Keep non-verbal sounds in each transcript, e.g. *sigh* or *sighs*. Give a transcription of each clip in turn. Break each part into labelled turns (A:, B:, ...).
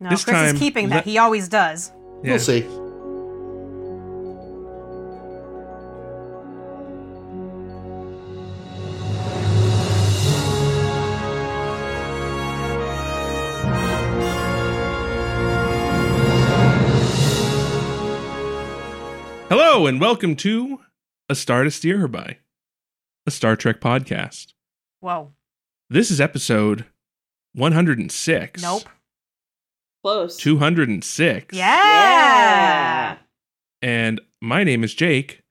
A: No,
B: This
A: Chris
B: time,
A: is keeping that.
B: let-
A: He always does.
B: Yeah.
C: We'll see.
B: Hello and welcome to A Star to Steer Her By, a Star Trek podcast.
A: Whoa.
B: This is episode 106.
A: Nope.
D: Close.
B: 206.
A: Yeah.
B: And my name is Jake,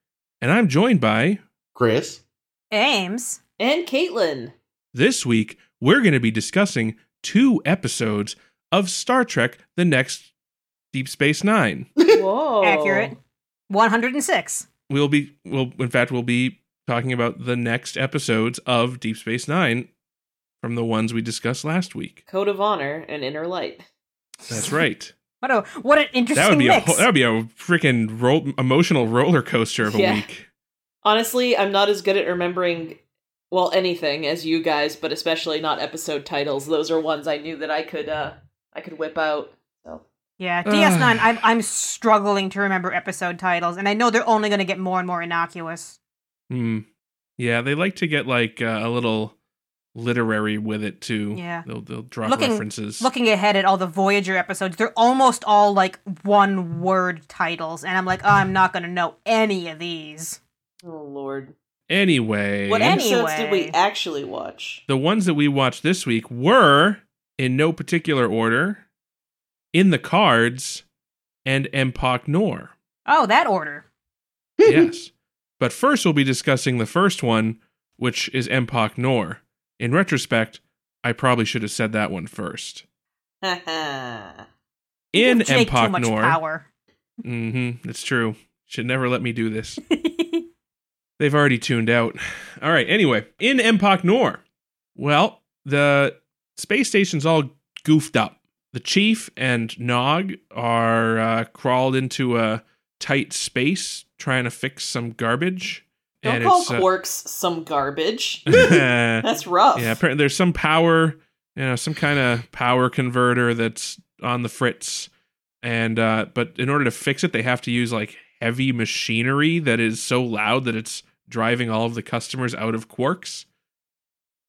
B: and I'm joined by
C: Chris,
A: Ames.
D: And Caitlin.
B: this week we're going to be discussing two episodes of Star Trek The Next Deep Space 9.
D: Whoa.
A: Accurate. 106.
B: we'll be well in fact we'll be talking about the next episodes of deep space nine from the ones we discussed last week
D: Code of honor and inner light.
C: *laughs*
B: that's right
A: What a what an interesting
B: that would be a
A: mix.
B: whole- that would be a freaking ro- emotional roller coaster of a
D: Yeah.
B: week
D: Honestly, I'm not as good at remembering well anything as you guys, but especially not episode titles. Those are ones I knew that I could uh I could whip out. So
A: yeah,
B: Ugh. *sighs*
A: DS9. I'm I'm struggling to remember episode titles, and I know they're only going to get more and more innocuous.
B: Hmm. yeah they like to get like uh, a little literary with it too
A: Yeah.
B: they'll, they'll drop
A: Looking-
B: references
A: Looking ahead at all the Voyager episodes, they're almost all like one word titles, and I'm like, oh, I'm not going to know any of these.
D: Oh Lord.
B: anyway
D: What
A: Any-
D: episodes did we
A: Anyway.
D: actually watch? *laughs*
B: the ones that we watched this week were in no particular order in the cards and empok
A: *laughs*
B: nor
A: Oh, that order.
B: yes. But first, we'll be discussing the first one, which is Empok Nor. In retrospect, I probably should have said that one first. In
A: Give Jake too
B: Empok
A: much
B: Nor,
A: power. *laughs*
B: mm-hmm, it's true. Should never let me do this. *laughs* They've already tuned out. All right. Anyway, in Empok Nor, well, the space station's all goofed up. The chief and Nog are uh, crawled into a tight space trying to fix some garbage.
D: Don't
B: and
D: call
B: it's, uh,
D: quarks some garbage.
A: *laughs*
B: *laughs* yeah,
D: That's rough.
B: apparently there's some power, you know, some kind of power converter that's on the fritz, and uh, but in order to fix it, they have to use like heavy machinery that is so loud that it's driving all of the customers out of quarks.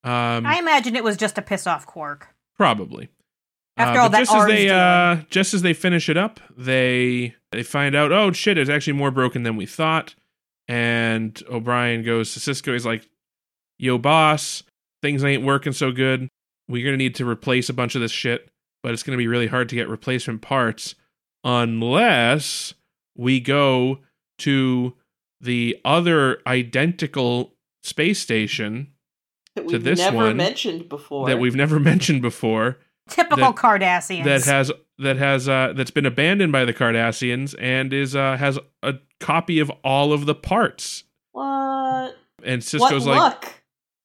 B: Um,
A: I imagine it was just a piss off quark.
B: probably.
A: After
B: Uh,
A: all
B: but
A: that
B: just as
A: R's
B: they
A: doing.
B: uh, just as they finish it up, they they find out, oh shit, it's actually more broken than we thought. And O'Brien goes to Cisco. He's like, "Yo, boss, things ain't working so good. We're gonna need to replace a bunch of this shit, but it's gonna be really hard to get replacement parts unless we go to the other identical space station
D: that
B: to
D: we've
B: this
D: never
B: one
D: mentioned before.
B: that we've never *laughs* mentioned before."
A: Typical
B: that-
A: Cardassians.
B: that has that has uh that's been abandoned by the Cardassians and is uh has a copy of all of the parts.
D: What?
B: And
D: what
B: Cisco's like,
D: luck?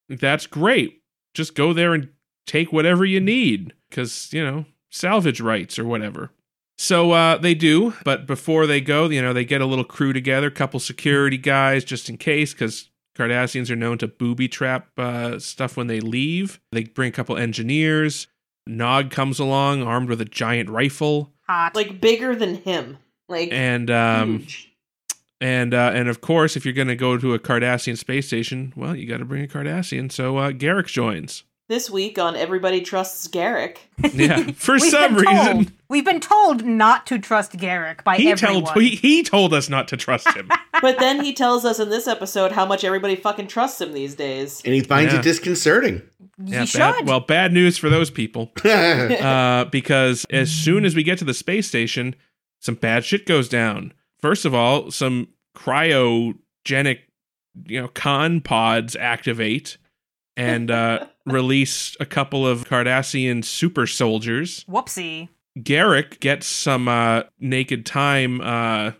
B: "That's great. Just go there and take whatever you need cuz, you know, salvage rights or whatever." So uh they do, but before they go, you know, they get a little crew together, couple security guys just in case cuz Cardassians are known to booby trap uh, stuff when they leave. They bring a couple engineers. Nog comes along armed with a giant rifle.
A: Hot.
D: like bigger than him. Like
B: and
A: Hmm.
B: um
D: huge.
B: and uh and of course if you're going to go to a cardassian space station well you got to bring a cardassian so uh
A: *laughs*
B: garrick joins
D: this week on Everybody Trusts Garrick.
B: yeah for
A: We've
B: some
A: been told-
B: reason
A: we've been told not to trust Garrick by
B: he
A: everyone.
B: told he, he told us not to trust
A: *laughs*
B: him
D: But then he tells us in this episode how much everybody fucking trusts him these days.
C: and he finds
B: Yeah.
C: it disconcerting. *laughs*
A: you
B: Yeah,
A: should.
B: bad- well bad news for those
A: *laughs*
B: people
C: yeah,
B: uh because as soon as we get to the space station some bad shit goes down first of all some cryogenic you know con pods activate
A: *laughs*
B: and uh release a couple of cardassian super soldiers
A: Whoopsie.
B: Garrick gets some uh, naked time uh,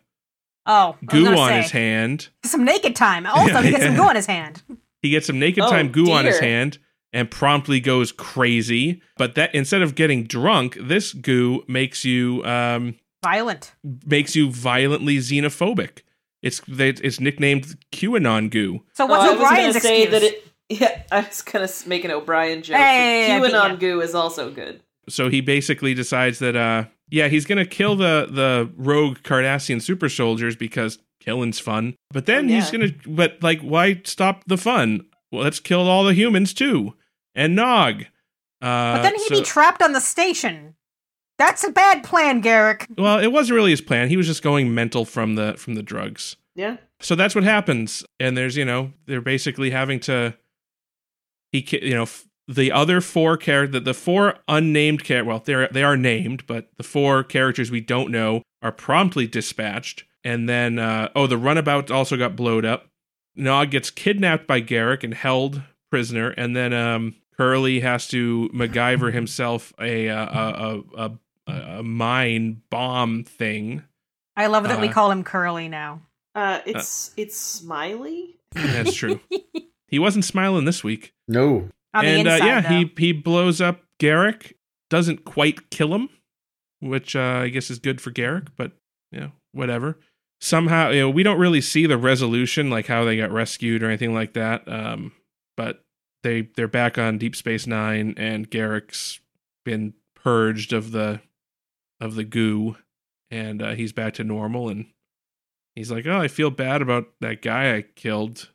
A: Oh, I was
B: goo
A: gonna
B: on
A: say,
B: his hand.
A: Some naked time. Also, he gets some
B: Yeah.
A: goo on his hand.
B: He gets some naked
D: Oh,
B: time goo on his
D: dear.
B: hand and promptly goes crazy. But that instead of getting drunk, this goo makes you um,
A: Violent.
B: makes you violently xenophobic. It's they, it's nicknamed QAnon goo.
A: So what's
D: Oh, I was
A: O'Brien's
D: gonna say
A: excuse?
D: *laughs* that it yeah, I was gonna s- make an O'Brien joke.
A: Hey, I
D: but
A: beat
D: QAnon
A: ya.
D: goo is also good.
B: So he basically decides that uh yeah, he's going to kill the the rogue Cardassian super soldiers because killing's fun. But then
D: Oh,
B: he's
D: yeah.
B: going to but like why stop the fun? Well, let's kill all the humans too. And Nog. Uh
A: But then he'd
B: so-
A: be trapped on the station. That's a bad plan, Garrick.
B: Well, it wasn't really his plan. He was just going mental from the from the drugs.
D: Yeah.
B: So that's what happens. And there's, you know, they're basically having to he ca- you know, f- the other four character the, the four unnamed character, well, they're they are named, but the four characters we don't know are promptly dispatched. And then uh oh, the runabout also got blowed up. Nog gets kidnapped by Garrick and held prisoner, and then um, Curly has to MacGyver himself a uh, a, a, a a a mine bomb thing.
A: I love that we
B: Uh-huh.
A: call him Curly now.
D: Uh, it's it's Smiley.
B: That's true. he wasn't smiling this week,
C: No.
A: On
B: and
A: the inside,
B: uh, yeah,
A: though.
B: he he blows up Garrick. Doesn't quite kill him, which uh, I guess is good for Garrick, but you know, whatever. Somehow, you know, we don't really see the resolution, like how they got rescued or anything like that. Um, but they they're back on Deep Space Nine, and Garrick's been purged of the of the goo, and uh, he's back to normal. And he's like, "Oh, I feel bad about that guy I killed."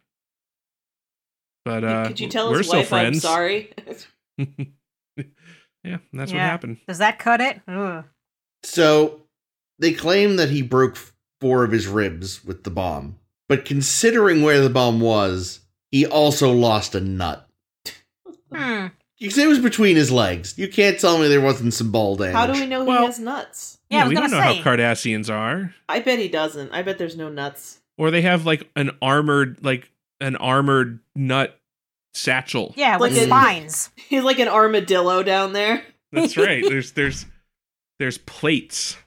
B: But uh,
D: Could you tell
B: we're
D: his
B: still
D: wife I'm
B: friends.
D: sorry?
B: *laughs* yeah, and that's what
A: Yeah.
B: happened.
A: Does that cut it? Ugh.
C: So they claim that he broke four of his ribs with the bomb. But considering where the bomb was, he also lost a nut.
A: Hmm.
C: You say it was between his legs. You can't tell me there wasn't some ball damage.
D: *laughs* How do we know
B: Well-
D: he has nuts?
A: Yeah, I was
B: we don't
A: gonna
B: know
A: say.
B: how Cardassians are,
D: I bet he doesn't. I bet there's no nuts.
B: or they have like an armored, like an armored nut satchel.
A: Yeah, *laughs* with
C: Like a-
A: spines.
D: He's like an armadillo down there.
B: That's right. There's there's there's plates.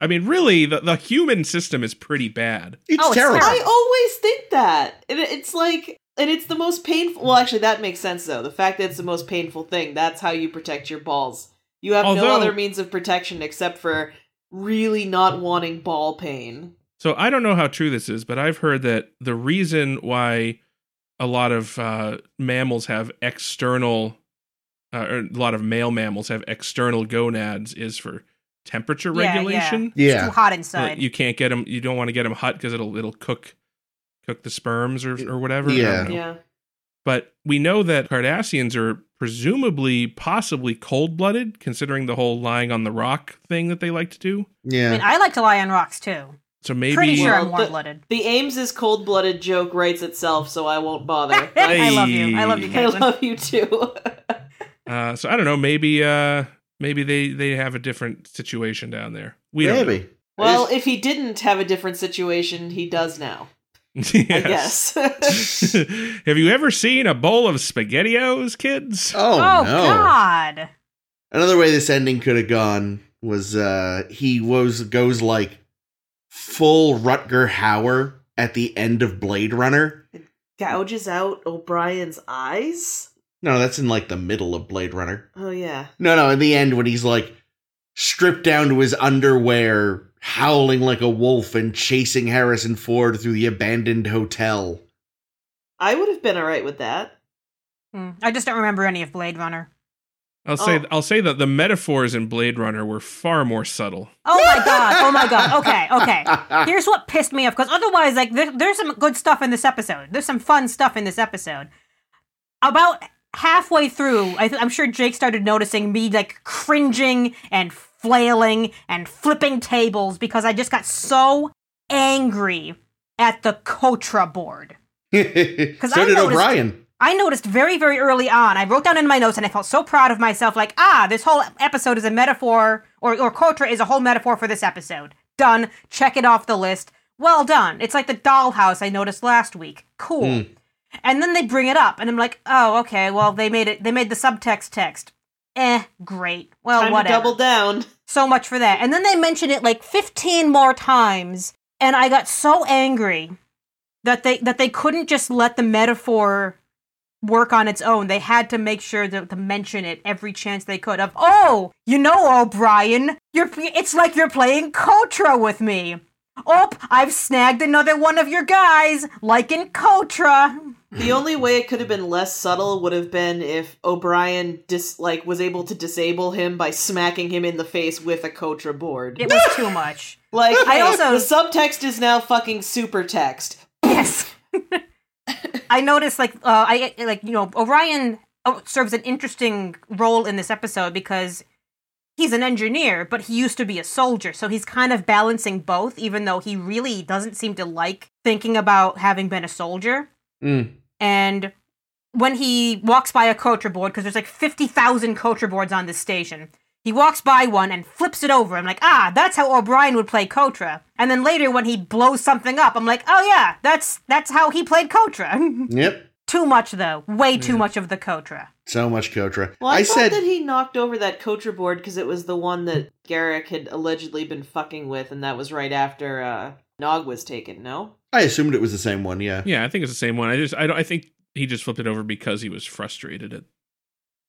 B: I mean, really, the, the human system is pretty bad.
C: It's
A: Oh, it's
C: terrible.
A: terrible.
D: I always think that. And it- it's like, and it's the most painful. Well, actually, that makes sense, though. The fact that it's the most painful thing, that's how you protect your balls. You have
B: Although-
D: no other means of protection except for really not wanting ball pain.
B: So I don't know how true this is, but I've heard that the reason why a lot of uh, mammals have external, uh, or a lot of male mammals have external gonads is for temperature
A: Yeah, yeah.
B: regulation.
A: It's too
C: yeah.
A: hot
B: Well,
A: inside.
B: You can't get them. You don't want to get them hot because it'll it'll cook cook the sperms or or whatever. I don't
C: Yeah.
B: know.
D: Yeah.
B: But we know that Cardassians are presumably possibly cold blooded, considering the whole lying on the rock thing that they like to do.
A: I mean,
C: Yeah.
A: I like to lie on rocks too.
B: So maybe
A: Pretty sure I'm
D: Well, the-
A: warm blooded.
D: The Ames is cold blooded joke writes itself, so I
B: *laughs*
D: won't bother.
A: *laughs*
D: Like,
A: I love you. I love you,
D: I
A: Caitlin.
D: love you too.
B: Uh, so I don't know. Maybe uh, maybe they they have a different situation down there. We don't. know.
C: Maybe.
D: well,
C: It's-
D: if he didn't have a different situation, he does now.
B: *laughs* Yes.
D: I
B: *laughs*
D: guess.
B: have you ever seen a bowl of spaghettios, kids?
C: oh,
A: oh
C: no.
A: God!
C: Another way this ending could have gone was uh he was goes like full Rutger Hauer at the end of Blade Runner.
D: Gouges out O'Brien's eyes?
C: No, that's in like the middle of Blade Runner.
D: Oh, yeah.
C: No, no, in the end when he's like stripped down to his underwear, howling like a wolf and chasing Harrison Ford through the abandoned hotel.
D: I would have been all right with that.
A: Mm, I just don't remember any of Blade Runner.
B: I'll say
D: Oh.
B: I'll say that the metaphors in Blade Runner were far more subtle.
A: Oh my
C: *laughs*
A: God! Oh my God! Okay, okay. Here's what pissed me off because otherwise, like, there, there's some good stuff in this episode. There's some fun stuff in this episode. About halfway through, I th- I'm sure Jake started noticing me like cringing and flailing and flipping tables because I just got so angry at the Kotra board.
C: so
A: I
C: did
A: noticed-
C: O'Brien.
A: I noticed very, very early on. I wrote down in my notes, and I felt so proud of myself. Like, ah, this whole episode is a metaphor, or or Kotra is a whole metaphor for this episode. Done. Check it off the list. Well done. It's like the dollhouse I noticed last week. Cool.
C: Mm.
A: And then they bring it up, and I'm like, oh, okay. Well, they made it. They made the subtext text. Eh, great. Well,
D: Time to
A: whatever.
D: double down.
A: So much for that. And then they mentioned it like 15 more times, and I got so angry that they that they couldn't just let the metaphor work on its own. They had to make sure to, to mention it every chance they could. Of oh, you know, O'Brien, you're it's like you're playing Kotra with me. Oh, I've snagged another one of your guys, like in Kotra.
D: The only way it could have been less subtle would have been if O'Brien dis- like was able to disable him by smacking him in the face with a Kotra board.
A: It was too much.
D: Like
A: I
D: I
A: also-
D: also the subtext is now fucking super text.
A: Yes. *laughs* I noticed, like, uh, I like you know Orion uh, serves an interesting role in this episode because he's an engineer, but he used to be a soldier, so he's kind of balancing both, even though he really doesn't seem to like thinking about having been a soldier.
C: Mm.
A: And when he walks by a culture board, because there's like fifty thousand culture boards on this station. He walks by one and flips it over. I'm like, ah, that's how O'Brien would play Kotra. And then later, when he blows something up, I'm like, oh yeah, that's that's how he played Kotra.
C: Yep.
A: *laughs* too much though, way too
B: Yeah.
C: Mm.
A: much of the Kotra.
C: So much Kotra.
D: Well, I,
C: I
D: thought
C: said
D: that he knocked over that Kotra board because it was the one that Garrick had allegedly been fucking with, and that was right after uh, Nog was taken. No,
C: I assumed it was the same one. Yeah.
B: Yeah, I think it's the same one. I just I don't I think he just flipped it over because he was frustrated at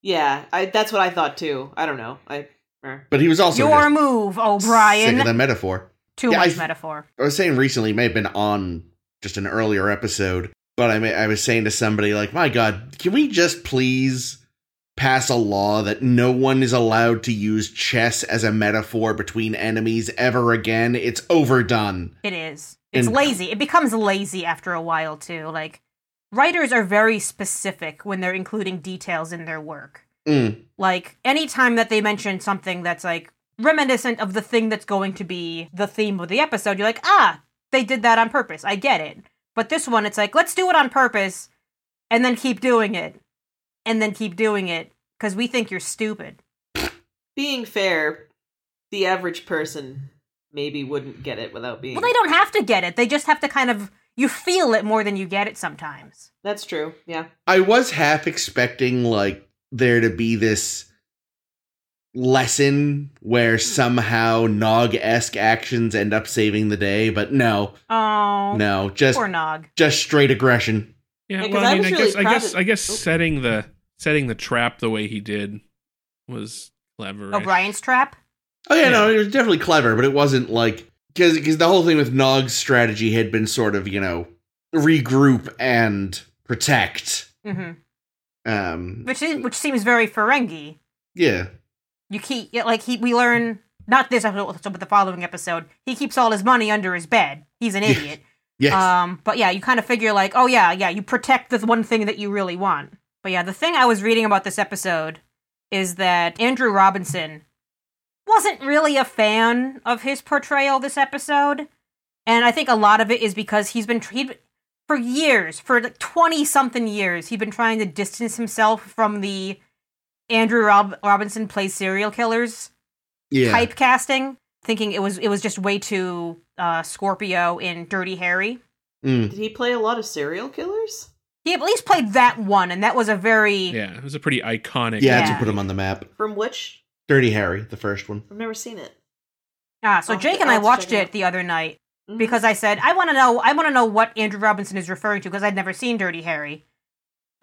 D: yeah, I, that's what I thought too. I don't know. I er.
C: But he was also
A: Your
C: just
A: move,
C: sick of
A: O'Brien.
C: the metaphor.
A: Too
C: Yeah,
A: much
C: I-
A: metaphor.
C: I was saying recently, it may have been on just an earlier episode, but I may, I was saying to somebody like, "My God, can we just please pass a law that no one is allowed to use chess as a metaphor between enemies ever again? It's overdone."
A: It is. It's
C: And-
A: lazy. It becomes lazy after a while too. Like writers are very specific when they're including details in their work.
C: Mm,
A: Like anytime that they mention something that's like reminiscent of the thing that's going to be the theme of the episode, you're like, ah, they did that on purpose. I get it. But this one, it's like, let's do it on purpose and then keep doing it and then keep doing it because we think you're stupid.
D: being fair, the average person maybe wouldn't get it without being.
A: Well, they don't have to get it. They just have to kind of, you feel it more than you get it sometimes.
D: That's true. Yeah.
C: I was half expecting like there to be this lesson where somehow Nog esque actions end up saving the day, but no,
A: Oh,
C: no, just
A: poor Nog.
C: just straight aggression.
B: Yeah,
D: Yeah, 'cause
B: well, I
D: I
B: mean,
D: was
B: I
D: really
B: guess, I
D: proud
B: guess,
D: of-
B: I guess
D: Oh.
B: setting the setting the trap the way he did was clever.
A: O'Brien's trap?
C: Oh yeah,
B: Yeah.
C: no, it was definitely clever, but it wasn't like because because the whole thing with Nog's strategy had been sort of you know regroup and protect.
A: hmm
C: Um,
A: Which, is, which seems very Ferengi.
C: yeah,
A: you keep yeah, like he we learn not this episode but the following episode he keeps all his money under his bed he's an
C: Yes.
A: idiot
C: yes,
A: um but yeah you kind of figure like oh yeah yeah you protect the one thing that you really want but yeah the thing i was reading about this episode is that andrew robinson wasn't really a fan of his portrayal this episode and i think a lot of it is because he's been treated for years for like 20 something years he'd been trying to distance himself from the andrew Rob- robinson plays serial killers
C: yeah,
A: typecasting, thinking it was it was just way too uh, Scorpio in Dirty Harry.
C: Mm.
D: Did he play a lot of serial killers?
A: He at least played that one, and that was a very
B: Yeah, it was a pretty iconic.
C: yeah.
A: Yeah.
C: To put him on the map,
D: From which
C: Dirty Harry, the first one.
D: I've never seen it.
A: ah. So
D: I'll-
A: Jake and I
D: I'll
A: watched
D: check it
A: it
D: out.
A: the other night
D: Mhm.
A: because I said I want to know I want to know what Andrew Robinson is referring to because I'd never seen Dirty Harry.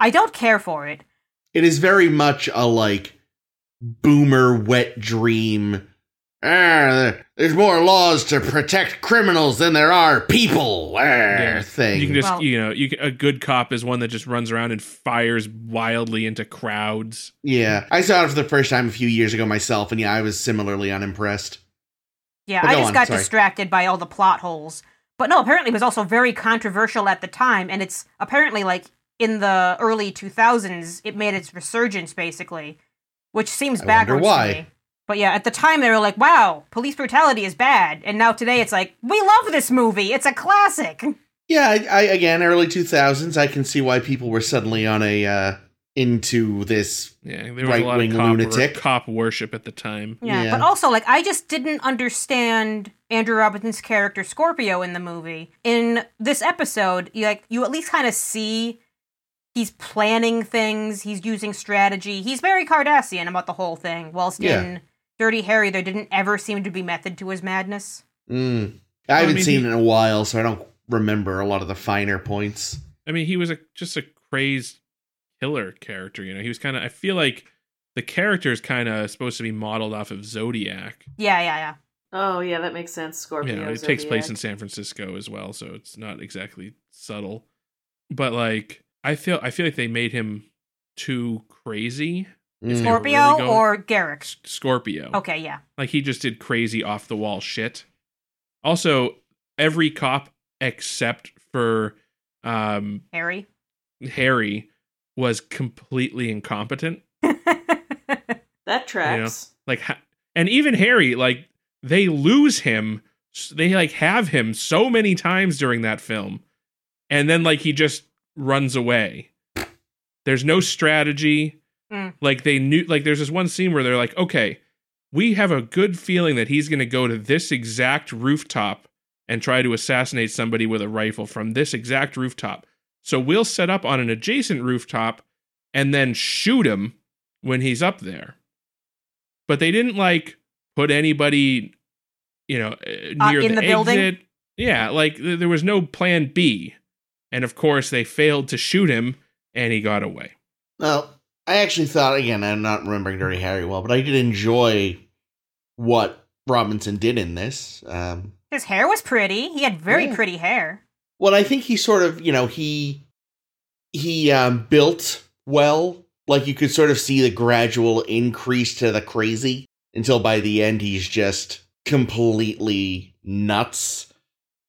A: I don't care for it.
C: It is very much a like boomer wet dream. Ah, there's more laws to protect criminals than there are people. Ah,
B: Yeah.
C: thing.
B: You can just
A: Well-
B: you know you can, a good cop is one that just runs around and fires wildly into crowds.
C: yeah, I saw it for the first time a few years ago myself, and yeah, I was similarly unimpressed.
A: Yeah,
C: But
A: I
C: go
A: just
C: on,
A: got
C: sorry.
A: distracted by all the plot holes. But no, apparently it was also very controversial at the time, and it's apparently like in the early 2000s, it made its resurgence basically, which seems
C: I wonder
A: backwards
C: why.
A: to me. But yeah, at the time they were like, "Wow, police brutality is bad," and now today it's like, "We love this movie; it's a classic."
C: Yeah, I, I again early two thousands. I can see why people were suddenly on a uh, into this.
B: Yeah, there was a lot of
C: Right-wing
B: cop,
C: lunatic.
B: cop worship at the time.
A: Yeah,
C: Yeah.
A: but also like I just didn't understand Andrew Robinson's character Scorpio in the movie. In this episode, you like you at least kind of see he's planning things, he's using strategy. He's very Cardassian about the whole thing. Whilst
C: Yeah.
A: in Dirty Harry, there didn't ever seem to be method to his madness.
C: Mm.
B: I
C: I haven't
B: mean,
C: seen
B: he-
C: it in a while, so I don't remember a lot of the finer points.
B: I mean, he was a just a crazed killer character. You know, he was kind of. I feel like the character is kind of supposed to be modeled off of Zodiac.
A: Yeah, yeah, yeah.
D: Oh yeah, that makes sense. Scorpio.
B: Yeah, it takes place
D: Zodiac.
B: in San Francisco as well, so it's not exactly subtle. But like, I feel I feel like they made him too crazy. If they
C: Mm.
B: were
A: Scorpio
B: really going-
A: or Garrick?
B: S- Scorpio.
A: Okay, yeah.
B: Like he just did crazy off the wall shit. Also, every cop except for um
A: Harry. *laughs*
B: Harry was completely incompetent.
D: That tracks.
B: Like ha- and even Harry like they lose him s- they like have him so many times during that film and then like he just runs away. There's no strategy.
A: Mm.
B: Like they knew like there's this one scene where they're like, "Okay, we have a good feeling that he's going to go to this exact rooftop and try to assassinate somebody with a rifle from this exact rooftop. So we'll set up on an adjacent rooftop and then shoot him when he's up there. But they didn't like put anybody, you know, uh,
A: Uh,
B: near
A: in the building?
B: exit. Yeah, like th- there was no plan B. And of course, they failed to shoot him and he got away.
C: Well, I actually thought again. I'm not remembering Dirty Harry well, but I did enjoy what Robinson did in this. Um,
A: His hair was pretty. He had very
C: Yeah.
A: pretty hair.
C: well, I think he sort of, you know, he he um, built well. Like you could sort of see the gradual increase to the crazy until by the end he's just completely nuts.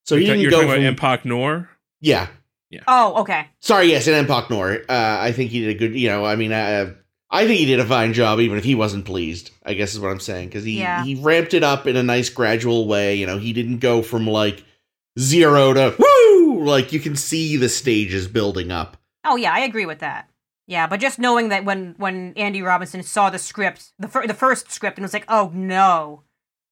C: So he
B: You're
C: didn't go
B: talking
C: from,
B: about Empok Nor?
C: yeah,
A: Oh, okay.
C: Sorry, yes, in Empok Nor. Uh, I think he did a good, you know, I mean, I, I think he did a fine job, even if he wasn't pleased, I guess is what I'm saying. Because he,
A: Yeah.
C: he ramped it up in a nice gradual way. You know, he didn't go from like zero to woo! Like, you can see the stages building up.
A: Oh, yeah, I agree with that. Yeah, but just knowing that when when Andy Robinson saw the script, the fir- the first script, and was like, "Oh no,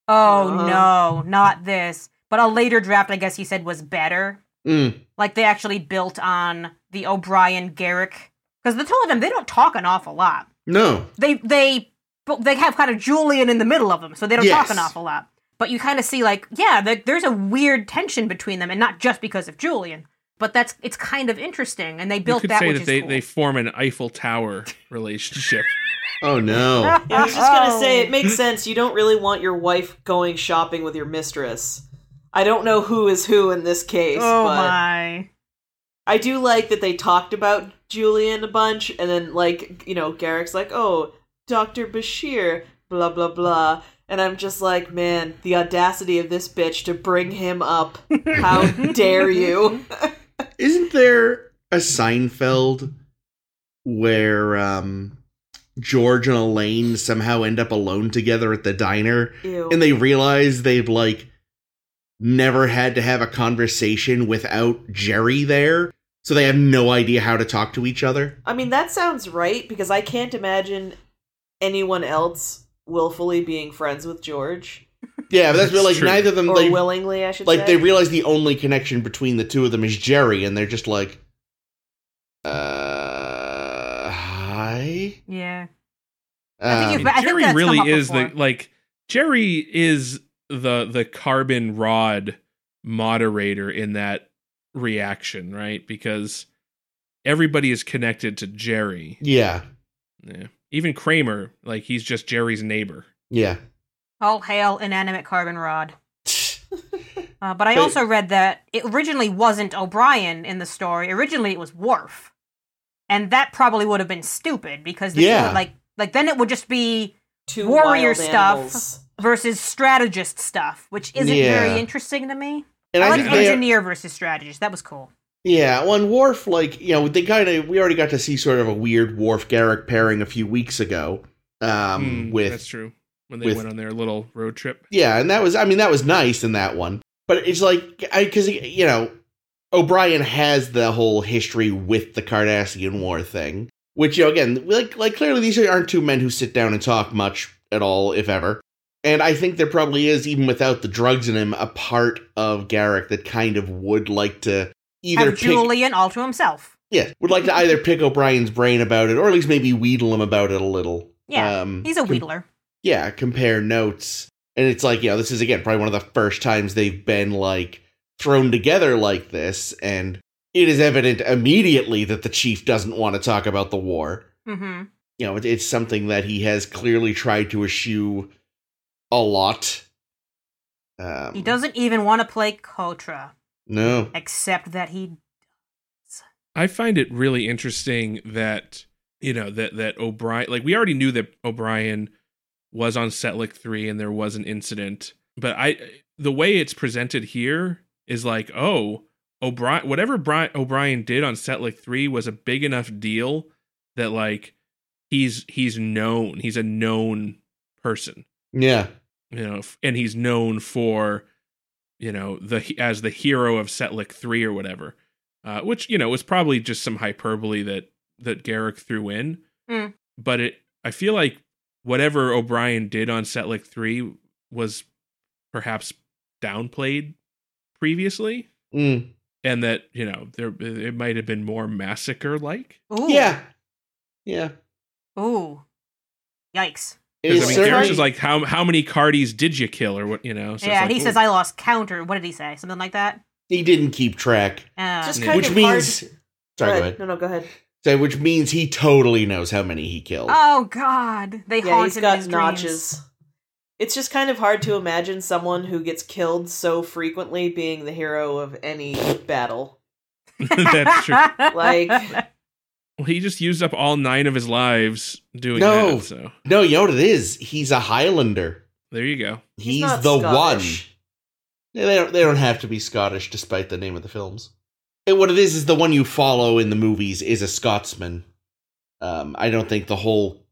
A: oh
D: Uh-huh.
A: no, not this." But a later draft, I guess he said, was better.
C: Mm.
A: Like they actually built on the O'Brien Garrick because the two of them they don't talk an awful lot.
C: No.
A: They they but they have kind of Julian in the middle of them, so they don't
C: Yes.
A: talk an awful lot. But you kind of see like yeah, there- there's a weird tension between them, and not just because of Julian, but that's it's kind of interesting, and they
B: You
A: built
B: could
A: that.
B: say
A: which
B: that
A: is
B: they,
A: cool.
B: they form an Eiffel Tower *laughs*
A: *laughs*
B: relationship.
C: Oh, no.
D: *laughs* Yeah, I was just gonna
A: Oh.
D: say it
B: *laughs*
D: makes sense. You don't really want your wife going shopping with your mistress. I don't know who is who in this case,
A: Oh
D: but
A: my.
D: I do like that they talked about Julian a bunch, and then like you know, Garrick's like, "Oh, Doctor Bashir," blah blah blah, and I'm just like, man, the audacity of this bitch to bring him up!
A: *laughs*
D: How dare you?
C: Isn't there a Seinfeld where um, George and Elaine somehow end up alone together at the diner?
D: Ew.
C: and they realize they've like never had to have a conversation without Jerry there, so they have no idea how to talk to each other.
D: I mean, that sounds right because I can't imagine anyone else willfully being friends with George
C: Yeah, but that's,
B: That's
C: like
B: true.
C: neither of them
D: or
C: they
D: willingly, I should
C: like
D: say.
C: they realize the only connection between the two of them is Jerry, and they're just like, uh, hi.
A: Yeah.
C: Um,
A: think you've- I think
B: Jerry
A: that's come
B: really
A: up
B: is the
A: before.
B: like Jerry is the the carbon rod moderator in that reaction, right? Because everybody is connected to Jerry.
C: yeah,
B: Yeah. Even Kramer, like he's just Jerry's neighbor.
C: yeah.
A: All hail inanimate carbon rod. Uh, but I also read that it originally wasn't O'Brien in the story. Originally, it was Worf, and that probably would have been stupid because they
C: Yeah.
A: would, like like then it would just be
D: Two
A: warrior
D: wild
A: stuff.
D: animals.
A: versus strategist stuff, which isn't
C: Yeah.
A: very interesting to me.
C: And
A: I,
C: I,
A: like
C: think they,
A: engineer versus strategist. That was cool.
C: Yeah, on Worf, like you know, they kind of we already got to see sort of a weird Worf Garrick pairing a few weeks ago. Um,
B: Hmm,
C: with
B: that's true. When they
C: with-
B: went on their little road trip.
C: yeah, and that was I mean that was nice in that one, but it's like I because you know O'Brien has the whole history with the Cardassian War thing, which you know again like like clearly these aren't two men who sit down and talk much at all, if ever. And I think there probably is, even without the drugs in him, a part of Garrick that kind of would like to either
A: Have
C: pick
A: Julian all to himself.
C: Yeah, would like to either pick O'Brien's brain about it, or at least maybe wheedle him about it a little.
A: Yeah,
C: um,
A: He's a
C: com-
A: wheedler.
C: yeah, compare notes, and it's like you know this is again probably one of the first times they've been like thrown together like this, and it is evident immediately that the chief doesn't want to talk about the war.
A: hmm
C: You know, it, it's something that he has clearly tried to eschew a lot. Um,
A: He doesn't even want to play Kotra,
C: No,
A: except that he
B: I find it really interesting that you know that that O'Brien like we already knew that O'Brien was on Setlick 3 and there was an incident but I the way it's presented here is like oh O'Brien whatever Bri- O'Brien did on Setlick 3 was a big enough deal that like he's he's known he's a known person
C: Yeah.
B: you know f- and he's known for you know the as the hero of Setlick 3 or whatever uh which you know was probably just some hyperbole that that Garrick threw in
A: Mm.
B: but it I feel like whatever O'Brien did on Setlick 3 was perhaps downplayed previously
C: Mm.
B: and that you know there it might have been more massacre like
A: Ooh.
C: Yeah. Yeah.
A: Ooh. Yikes.
C: It
B: I mean,
A: certainly-
B: Garrick is like how how many Cardis did you kill or what you know so it's
A: yeah,
B: like, "Oh,
A: he says
B: *laughs* ooh.
A: I lost count or what did he say? Something like that.
C: he didn't keep track,
A: Uh,
D: Just
B: Yeah.
D: kind
C: which
D: of
C: means
D: hard.
C: sorry, go ahead.
D: No, no, go ahead.
C: So, which means he totally knows how many he killed.
A: oh God, they
D: yeah,
A: haunted
D: he's got
A: his dreams. *laughs*
D: notches. It's just kind of hard to imagine someone who gets killed so frequently being the hero of any battle.
B: *laughs* that's true
A: *laughs*
D: Like,
B: Well, he just used up all nine of his lives doing
C: No.
B: that. So
C: No, you know what it is? He's a Highlander.
B: there you go.
C: He's,
D: not
C: the
D: Scottish.
C: one. Yeah, They don't, they don't have to be Scottish, despite the name of the films. And what it is is the one you follow in the movies is a Scotsman. Um, I don't think the whole.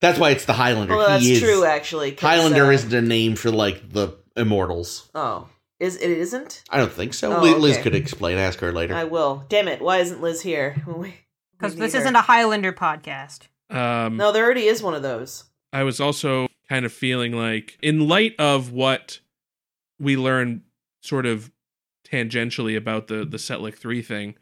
C: That's why it's the Highlander.
D: Well, that's
C: he is
D: true, actually. 'cause,
C: Highlander
D: uh,
C: isn't a name for like the immortals.
D: Oh, is it isn't?
C: I don't think so.
D: Oh,
C: Li- Liz
D: okay.
C: could explain. Ask her later.
D: I will. Damn it! Why isn't Liz here? *laughs*
A: because this isn't a Highlander podcast.
B: Um,
D: No, there already is one of those.
B: I was also kind of feeling like, in light of what we learn, sort of tangentially about the the Setlick Three thing,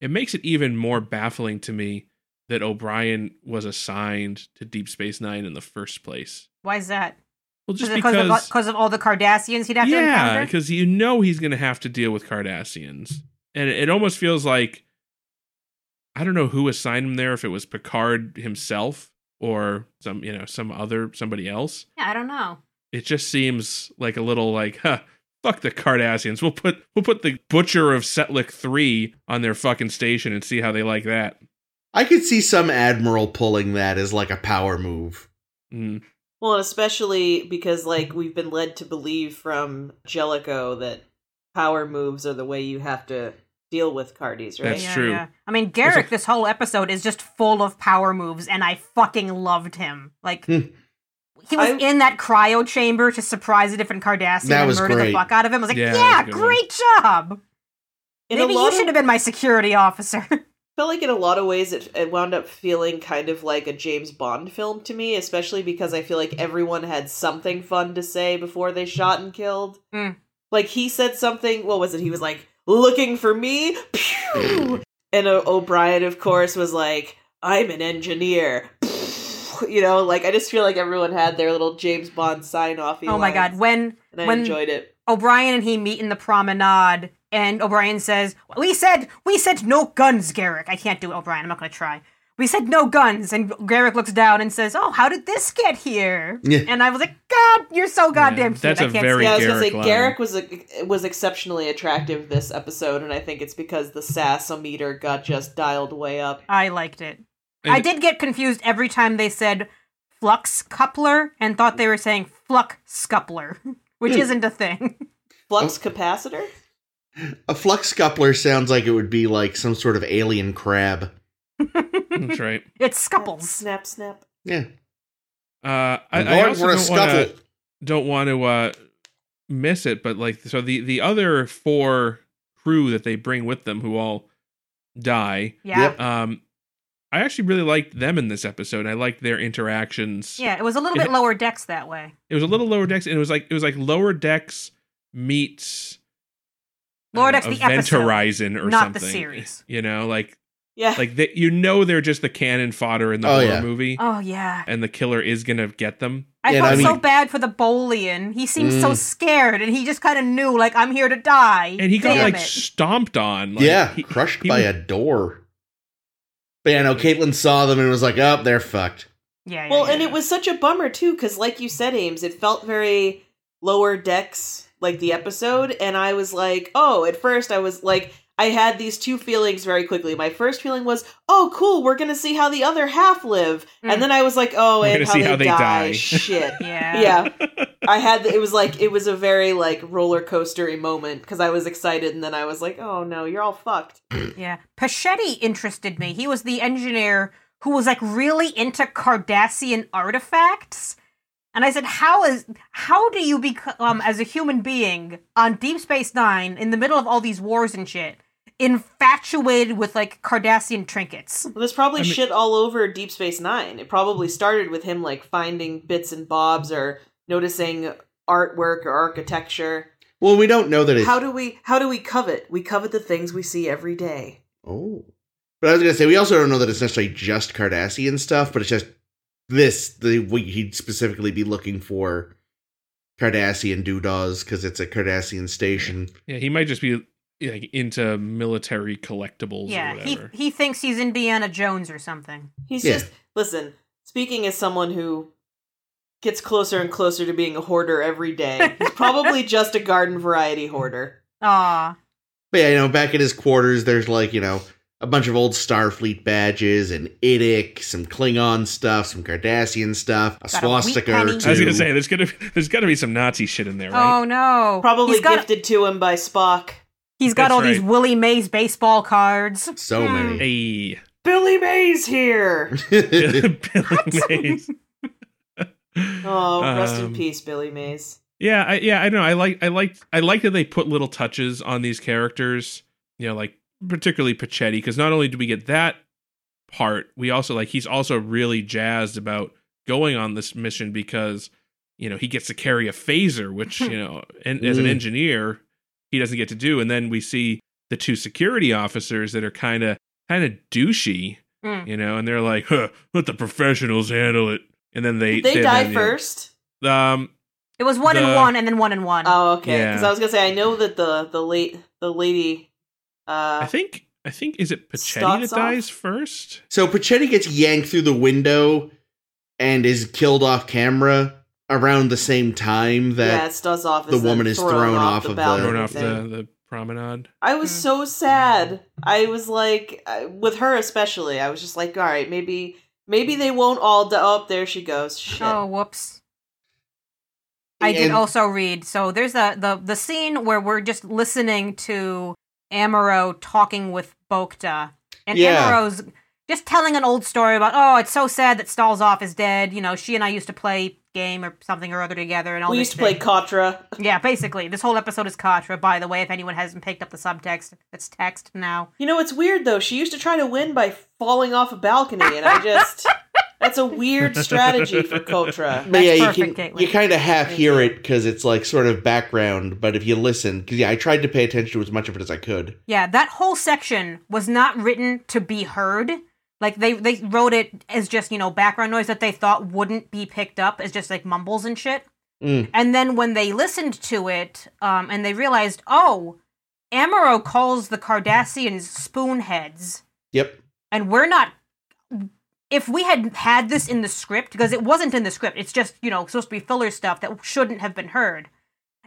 B: it makes it even more baffling to me that O'Brien was assigned to Deep Space Nine in the first place.
A: Why is that?
B: Well, just
A: Is it
B: because,
A: because of all the Cardassians he'd have to
B: yeah,
A: encounter?
B: because you know he's going to have to deal with Cardassians, and it, it almost feels like I don't know who assigned him there, if it was Picard himself or some you know some other somebody else.
A: Yeah, I don't know.
B: It just seems like a little like, huh, fuck the Cardassians. We'll put we'll put the Butcher of Setlick three on their fucking station and see how they like that.
C: I could see some admiral pulling that as like a power move.
B: Mm.
D: Well, and especially because like we've been led to believe from Jellicoe that power moves are the way you have to deal with Cardis, right?
B: That's
A: yeah,
B: true.
A: Yeah. I mean, Garrick, this whole episode is just full of power moves, and I fucking loved him. Like,
C: Hmm.
A: he was
D: I-
A: in that cryo chamber to surprise a different Cardassian
C: That
A: and
C: was
A: murder the
C: great.
A: fuck out of him. I was like,
B: Yeah,
A: yeah,
B: that was a good one.
A: great job.
D: In a
A: Maybe you
D: lot of-
A: should have been my security officer. *laughs*
D: felt like in a lot of ways it, it wound up feeling kind of like a James Bond film to me, especially because I feel like everyone had something fun to say before they shot and killed.
A: Mm.
D: Like he said something, what was it? He was like, looking for me? Pew! And o- O'Brien, of course, was like, I'm an engineer. *laughs* You know, like I just feel like everyone had their little James Bond sign off.
A: oh my god, when
D: And I
A: when-
D: enjoyed it.
A: O'Brien and he meet in the promenade, and O'Brien says, "We said we said no guns, Garrick. I can't do it, O'Brien. I'm not gonna try. We said no guns." And Garrick looks down and says, "Oh, how did this get here?"
C: Yeah.
A: And I was like, "God, you're so goddamn
B: Yeah,
A: cute.
B: that's
A: I
B: a
A: can't
B: very-
A: stand
D: Yeah, I was gonna
B: Garrick
D: say
B: line.
D: Garrick was a, was exceptionally attractive this episode, and I think it's because the sassometer got just dialed way up.
A: I liked it.
B: And-
A: I did get confused every time they said flux coupler and thought they were saying fluck scuppler, *laughs* which
D: Hmm.
A: isn't a thing. *laughs*
D: Flux
B: Oh.
D: capacitor?
C: A flux coupler sounds like it would be like some sort of alien crab.
A: *laughs*
B: That's right.
A: It's scupples.
D: Snap, snap.
C: Yeah.
B: Uh, I, I
C: Lord,
B: also
C: we're a
B: don't wanna-
C: scuffle.
B: don't want to uh miss it but like so the the other four crew that they bring with them who all die
A: Yeah.
C: Yep.
B: um i actually really liked them in this episode i liked their interactions
A: Yeah, it was a little bit lower decks that way.
B: it was a little lower decks and it was like it was like lower decks meets I
A: Lower
B: don't
A: Decks
B: know,
A: the
B: Event
A: episode,
B: horizon *laughs* or
A: not the
B: something *laughs*
A: series.
B: you know like
D: Yeah.
B: like they, you know they're just the cannon fodder in the
C: Oh,
B: horror
C: yeah.
B: movie
A: Oh yeah.
B: and the killer is gonna get them
A: I
C: Yeah,
A: felt
C: I mean-
A: so bad for the Bolian. He seemed so
C: Mm.
A: scared, and he just kind of knew, like, I'm here to die.
B: and he got
A: Damn
B: like
A: it.
B: stomped on like,
C: yeah,
B: he-
C: crushed
B: he
C: by
B: was-
C: a door. But yeah, no, Caitlin saw them and was like, oh, they're fucked.
A: yeah, yeah,
D: Well,
A: yeah.
D: and it was such a bummer too, because like you said, Ames, it felt very lower decks like the episode, and I was like, oh, at first I was like, I had these two feelings very quickly. My first feeling was, "Oh, cool, we're gonna see how the other half live,"
A: Mm.
D: and then I was like, "Oh,
B: We're
D: and
B: gonna
D: how,
B: see
D: they,
B: how they
D: die.
B: die. *laughs*
D: Shit.
A: Yeah.
D: yeah, *laughs* I had it was like it was a very like roller coastery moment because I was excited and then I was like, "Oh no, you're all fucked."
A: Yeah. Paschetti interested me. He was the engineer who was like really into Cardassian artifacts. And I said, "How is how do you become as a human being on Deep Space 9 in the middle of all these wars and shit, infatuated with like Cardassian trinkets?"
D: Well, there's probably
B: I mean-
D: shit all over Deep Space Nine. It probably started with him like finding bits and bobs or noticing artwork or architecture.
C: Well, we don't know that it's.
D: How do we how do we covet? We covet the things we see every day.
C: oh. But I was going to say, we also don't know that it's necessarily just Cardassian stuff, but it's just this, the what he'd specifically be looking for Cardassian doodahs because it's a Cardassian station.
B: Yeah, he might just be like into military collectibles or
A: yeah. He
B: whatever.
A: he thinks he's Indiana Jones or something.
D: He's
C: Yeah.
D: just listen, speaking as someone who gets closer and closer to being a hoarder every day.
B: *laughs*
D: He's probably just a garden variety hoarder.
A: Aw.
C: But yeah, you know, back at his quarters, there's like, you know, a bunch of old Starfleet badges and Idik, some Klingon stuff, some Cardassian stuff, a
A: Got a wheat
C: swastika or
A: penny.
C: two.
B: I was gonna say there's gonna be, there's gotta be some Nazi shit in there, right?
A: Oh no.
D: Probably
A: he's got
D: gifted to him by Spock.
A: he's got
B: That's
A: all these
B: right.
A: Willie Mays baseball cards.
C: So
A: Hmm.
C: many.
B: Hey,
D: Billy Mays here.
A: *laughs*
B: Billy Mays.
D: *laughs*
B: *laughs*
D: Oh, rest in
B: Um,
D: peace, Billy Mays.
B: Yeah, I, yeah, I don't know. I like, I like, I like that they put little touches on these characters. You know, like particularly Pachetti, because not only do we get that part, we also like he's also really jazzed about going on this mission because you know he gets to carry a phaser, which
D: Hmm.
B: you know, and as an
C: Mm.
B: engineer, he doesn't get to do. And then we see the two security officers that are kind of kind of douchey,
D: Hmm.
A: Mm.
B: you know, and they're like, huh, "Let the professionals handle it." And then they
D: Did they
B: then,
D: die
B: you know,
D: first?
B: Um,
A: It was one
B: The-
A: and one and then one and one.
D: Oh, okay.
B: Yeah.
D: Because I was gonna say I know that the the late the lady. Uh,
B: I think I think is it Pachetti
D: Starts
B: that
D: off-
B: dies first?
C: So Pachetti gets yanked through the window and is killed off camera around the same time
D: yeah,
C: that
D: it's does off.
C: the woman is thrown off of the-
D: balcony
B: Thrown off the,
D: thing.
B: the promenade.
D: I was
A: Mm.
D: so sad. I was like, I- with her especially, I was just like, all right, maybe, maybe they won't all. Die. Oh, there she goes. Shit.
A: Oh, whoops. I did
C: And-
A: also read. So there's a the the scene where we're just listening to Amaro talking with Bokta, and
C: Yeah.
A: Amaro's just telling an old story about oh, it's so sad that Stalzoff is dead. You know, she and I used to play game or something or other together, and all.
D: we
A: this
D: used to play
A: shit."
D: Contra.
A: Yeah, basically, this whole episode is Katra. By the way, if anyone hasn't picked up the subtext, it's text now.
D: You know, it's weird though. She used to try to win by falling off a balcony, and I
A: *laughs*
D: just. That's a weird
C: *laughs*
D: strategy for Contra.
C: But
A: That's
C: yeah, you
A: perfect,
C: can
A: Caitlin.
C: you kind of half
D: Thank
C: hear
D: you.
C: it because it's like sort of background. But if you listen, because yeah, I tried to pay attention to as much of it as I could.
A: Yeah, that whole section was not written to be heard. Like they they wrote it as just, you know, background noise that they thought wouldn't be picked up as just like mumbles and shit.
C: Mm.
A: And then when they listened to it, um, and they realized, oh, Amaro calls the Cardassians spoonheads,
C: Yep.
A: and we're not. If we had had this in the script, because it wasn't in the script, it's just you know supposed to be filler stuff that shouldn't have been heard,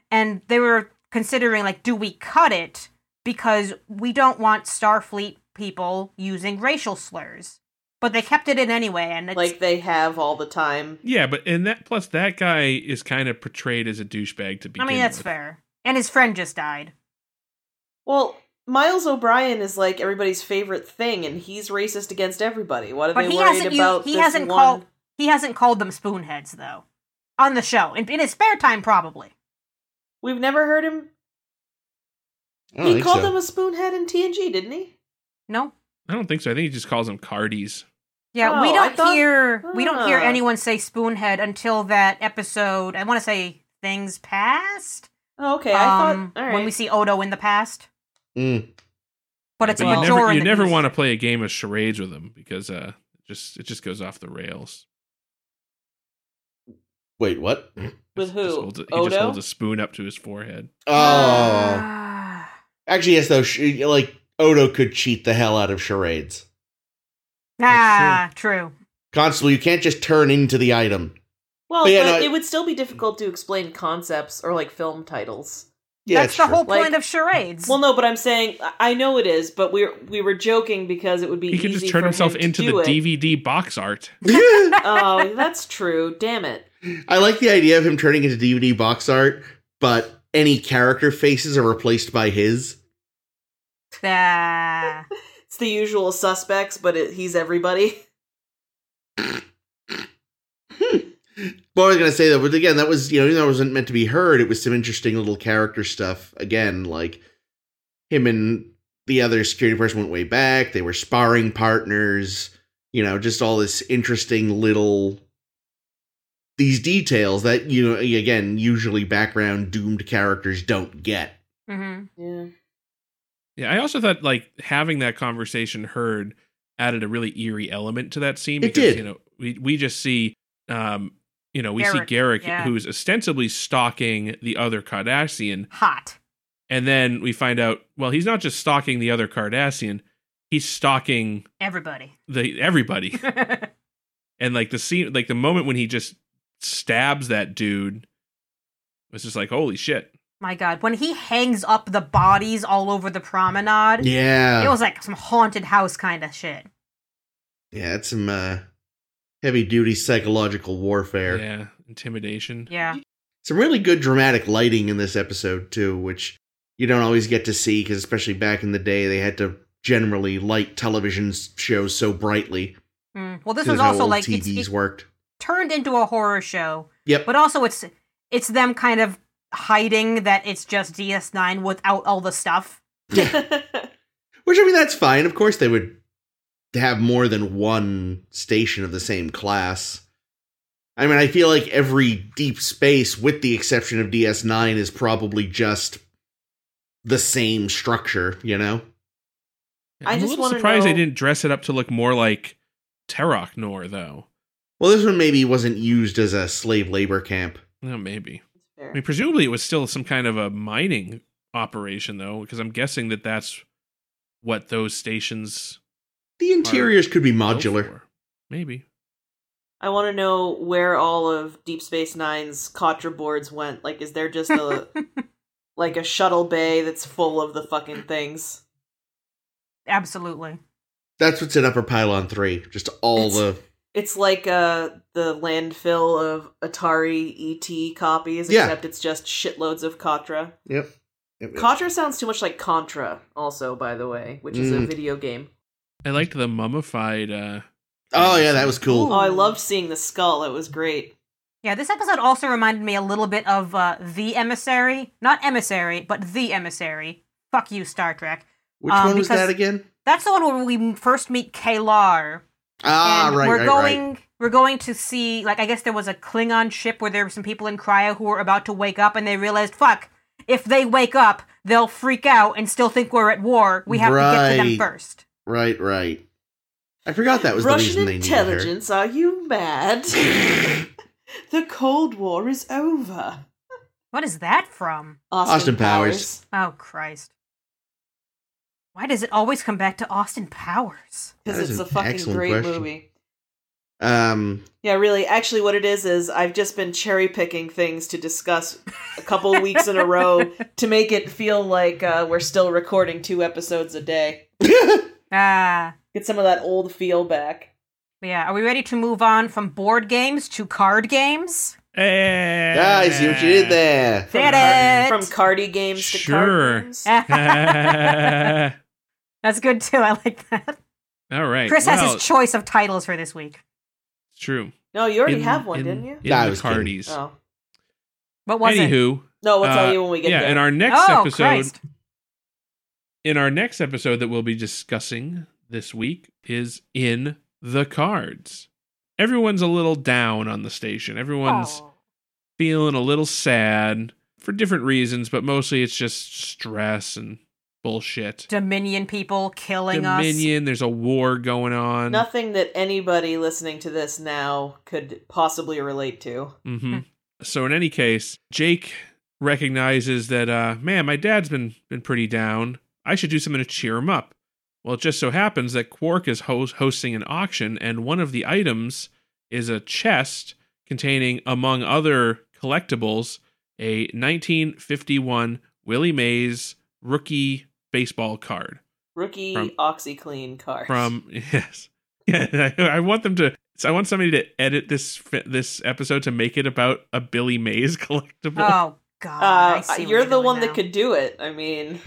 A: and they were considering like, do we cut it because we don't want Starfleet people using racial slurs, but they kept it in anyway, and it's,
D: Like they have all the time.
B: Yeah, but and that plus that guy is kind of portrayed as a douchebag to begin
A: I
B: with.
A: mean that's fair. And his friend just died.
D: Well, Miles O'Brien is like everybody's favorite thing, and he's racist against everybody. What are
A: But
D: they
A: he
D: worried
A: hasn't
D: about?
A: used, he
D: this
A: hasn't
D: one-
A: called he hasn't called them spoonheads though. On the show. In, in his spare time probably.
D: We've never heard him.
C: I don't
D: He
C: think
D: called
C: so.
D: him a spoonhead in TNG, didn't he?
A: No?
B: I don't think so. I think he just calls them Cardies.
A: Yeah,
D: Oh,
A: we
D: I
A: don't
D: thought-
A: hear we don't hear
D: Ah.
A: anyone say spoonhead until that episode I wanna say things past.
D: Oh, okay, I
A: um,
D: thought. All right.
A: when we see Odo in the past.
C: Mm.
A: But it's
B: But
A: a
B: you
A: majority.
B: never, you never want to play a game of charades with him because uh, it just it just goes off the rails.
C: Wait,
A: *sighs*
C: what?
D: With
B: Just- just
D: who?
B: holds a- he just
D: Odo?
B: holds a spoon up to his forehead.
C: Oh,
A: Ah,
C: actually, yes. Though, she, like Odo could cheat the hell out of charades.
A: Ah, true.
C: Constable, you can't just turn into the item.
D: well,
C: But yeah,
D: but
C: no,
D: it would still be difficult to explain concepts or like film titles.
C: Yeah,
A: That's
C: it's
A: the
C: true.
A: whole point
D: Like-
A: of charades. *laughs*
D: Well, no, but I'm saying I- I know it is, but we are we were joking because it would be
B: He could
D: easy
B: just turn
D: for
B: himself
D: him to
B: into
D: do
B: the
D: it.
B: DVD box art.
C: *laughs*
D: oh, that's true. Damn it.
C: I like the idea of him turning into DVD box art, but any character faces are replaced by his.
A: Ah.
D: It's the usual suspects, but it, he's everybody.
C: But I was gonna say that, but again, that was you know, even though it wasn't meant to be heard, it was some interesting little character stuff. Again, like him and the other security person went way back. They were sparring partners. You know, just all this interesting little these details that you know again usually background doomed characters don't get.
A: Mhm.
D: Yeah.
B: Yeah, I also thought like having that conversation heard added a really eerie element to that scene
C: It
B: because
C: did.
B: you know we we just see um you know we
A: Garrick,
B: see Garrick
A: yeah.
B: who's ostensibly stalking the other Cardassian
A: Hot.
B: and then we find out well he's not just stalking the other Cardassian he's stalking
A: Everybody. *laughs*
B: the everybody and like the scene like the moment when he just stabs that dude was just like holy shit
A: My God. When he hangs up the bodies all over the promenade,
C: Yeah,
A: it was like some haunted house kind of shit.
C: yeah, it's some uh, heavy duty psychological warfare.
B: yeah intimidation
A: Yeah.
C: some really good dramatic lighting in this episode too, which you don't always get to see because especially back in the day they had to generally light television s- shows so brightly.
A: Mm. Well, this
C: 'cause
A: was
C: of how
A: also
C: old
A: like it's, e
C: TVs
A: it
C: worked.
A: turned into a horror show,
C: Yep,
A: but also it's it's them kind of hiding that it's just DS9 without all the stuff.
B: *laughs*
C: which I mean that's fine. Of course they would have more than one station of the same class. I mean, I feel like every deep space, with the exception of DS9, is probably just the same structure, you know?
D: I
B: I'm
D: just
B: a little
D: wanna
B: surprised they
D: know-
B: didn't dress it up to look more like Terok Nor, though.
C: Well, this one maybe wasn't used as a slave labor camp.
B: Well, maybe. I mean,
D: Fair.
B: presumably it was still some kind of a mining operation, though, because I'm guessing that that's what those stations
C: The interiors could be
B: go
C: modular.
B: for. Maybe.
D: I want to know where all of Deep Space Nine's Contra boards went. Like, is there
B: *laughs*
D: just a like a shuttle bay that's full of the fucking things?
A: Absolutely.
C: That's what's in Upper Pylon 3. Just all
D: It's-
C: the.
D: It's like uh the landfill of Atari ET copies,
C: Yeah.
D: except it's just shitloads of Contra.
C: Yep. Yep, yep.
D: Contra sounds too much like Contra, also, by the way, which is a
C: Mm.
D: video game.
B: I liked the mummified. Uh,
C: Oh, yeah, that was cool.
D: Oh, I loved seeing the skull. It was great.
A: Yeah, this episode also reminded me a little bit of uh, The Emissary. Not Emissary, but The Emissary. Fuck you, Star Trek.
C: Which
A: um,
C: one was
A: because-
C: that again?
A: That's the one where we first meet Kalar.
C: Ah,
A: and
C: right,
A: we're
C: right,
A: going
C: right.
A: we're going to see like I guess there was a Klingon ship where there were some people in Cryo who were about to wake up and they realized, fuck, if they wake up, they'll freak out and still think we're at war. We have to get to them
C: Right.
A: first.
C: Right, right. I forgot that was
D: Russian
C: the reason they needed
D: intelligence, are
C: *laughs*
D: you mad? the Cold War is over.
A: What is that from?
D: Austin,
C: Austin Powers.
A: Oh Christ. Why does it always come back to Austin Powers?
D: Because
C: That is
D: it's a
C: an
D: fucking
C: excellent
D: great
C: question.
D: movie.
C: her.
B: *laughs*
C: Um,
D: Yeah, really. Actually, what it is is I've just been cherry picking things to discuss a couple
C: *laughs*
D: weeks in a row to make it feel like uh, we're still recording two episodes a day.
A: Ah.
D: Get some of that old feel back.
A: Yeah, are we ready to move on from board games to card games?
B: eh,
C: ah, I see what you did there.
D: From,
A: Did
D: card-
A: it! *laughs* Eh.
D: from cardi games to
B: Sure.
D: card games.
B: *laughs* All
A: That's good too. I like that.
B: right.
A: Chris has
B: well,
A: his choice of titles for this week.
B: it's true.
D: No, you already
B: In-
D: have one,
B: in-
D: didn't you?
B: In
C: Nah, I
B: the
C: was kidding.
B: Cardies.
D: Oh.
A: What was it?
B: Anywho,
D: No, we'll
B: uh,
D: tell you when we get
B: yeah,
D: there.
B: in our next
A: oh,
B: episode,
A: Christ.
B: in our next episode that we'll be discussing this week is in the cards. Everyone's a little down on the station. Everyone's
A: Oh.
B: feeling a little sad for different reasons, but mostly it's just stress and bullshit.
A: Dominion people killing us.
B: Dominion, there's a war going on.
D: Nothing that anybody listening to this now could possibly relate to.
B: hmm So in any case, Jake recognizes that uh, man, my dad's been been pretty down. I should do something to cheer him up. Well, it just so happens that Quark is ho- hosting an auction, and one of the items is a chest containing, among other collectibles, a 1951 Willie Mays rookie baseball card
D: Rookie
B: From-
D: OxyClean
A: *laughs*
D: card.
B: from yes. *laughs* Yeah, I, I want them to. So I want somebody to edit this fi- this episode to make it about a Billy Mays *laughs* collectible.
A: Oh God, I
D: Uh,
A: see what
D: you're the
A: doing
D: one
A: now.
D: that could do it. I mean,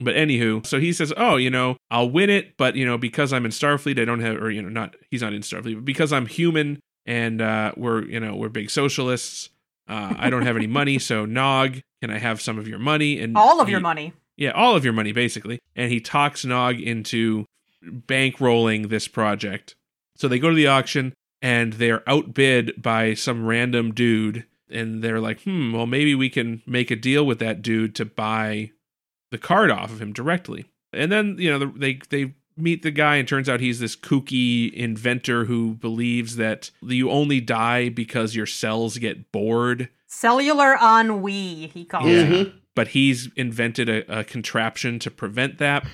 B: But anywho, so he says, "Oh, you know, I'll win it, but you know, because I'm in Starfleet, I don't have, or you know, not he's not in Starfleet, but because I'm human and uh, we're you know we're big socialists, uh, I don't have any money. So Nog, can I have some of your money and
A: all of
B: he-
A: your money.
B: Yeah, all of your money basically. And he talks Nog into bankrolling this project. So they go to the auction and they're outbid by some random dude. And they're like, hmm, well, maybe we can make a deal with that dude to buy the card off of him directly. And then, you know, the- they, they meet the guy, and turns out he's this kooky inventor who believes that you only die because your cells get bored
A: Cellular ennui, he calls
B: Yeah.
A: it.
C: Mhm.
B: but he's invented a, a contraption to prevent that.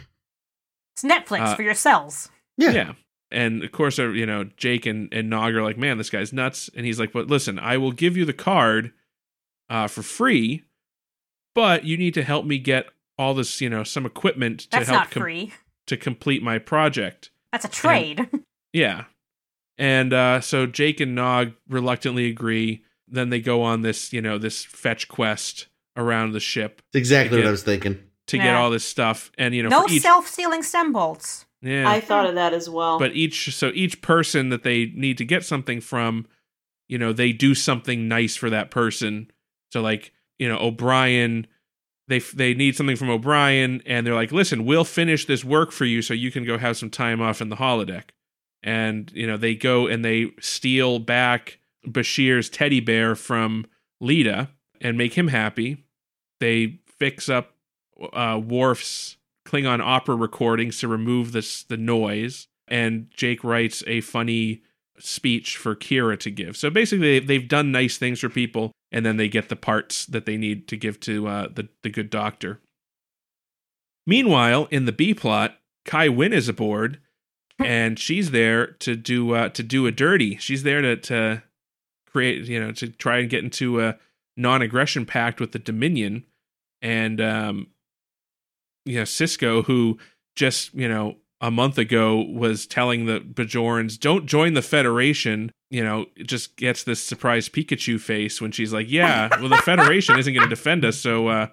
A: It's Netflix
B: Uh,
A: for your cells.
C: Yeah.
B: And of course, uh, you know, Jake and, and Nog are like, man, this guy's nuts. And he's like, but listen, I will give you the card uh, for free, but you need to help me get all this, you know, some equipment to
A: That's
B: help
A: not
B: com-
A: free.
B: to complete my project.
A: That's a trade.
B: Yeah. And uh, so Jake and Nog reluctantly agree. Then they go on this, you know, this fetch quest around the ship
C: It's exactly
B: Yeah.
C: what I was thinking.
B: to get
A: Yeah.
B: all this stuff. And, you know,
A: *laughs* no
B: for each,
A: self-sealing stem bolts.
B: yeah.
D: I thought of that as well.
B: but each so each person that they need to get something from you know they do something nice for that person so like you know o'brien they f- they need something from o'brien and they're like listen we'll finish this work for you so you can go have some time off in the holodeck and you know they go and they steal back bashir's teddy bear from lita and make him happy they fix up uh Worf's Klingon opera recordings to remove this the noise, and Jake writes a funny speech for Kira to give. So basically, they- they've done nice things for people, and then they get the parts that they need to give to uh, the the good doctor. Meanwhile, in the B plot, Kai Wynn is aboard, and she's there to do uh, to do a dirty. She's there to to create, you know, to try and get into a non-aggression pact with the Dominion, and um, you know Cisco, who just you know a month ago was telling the Bajorans, "Don't join the Federation." You know, it just gets this surprised Pikachu face when she's like, "Yeah, well, the Federation isn't going to defend us, so uh,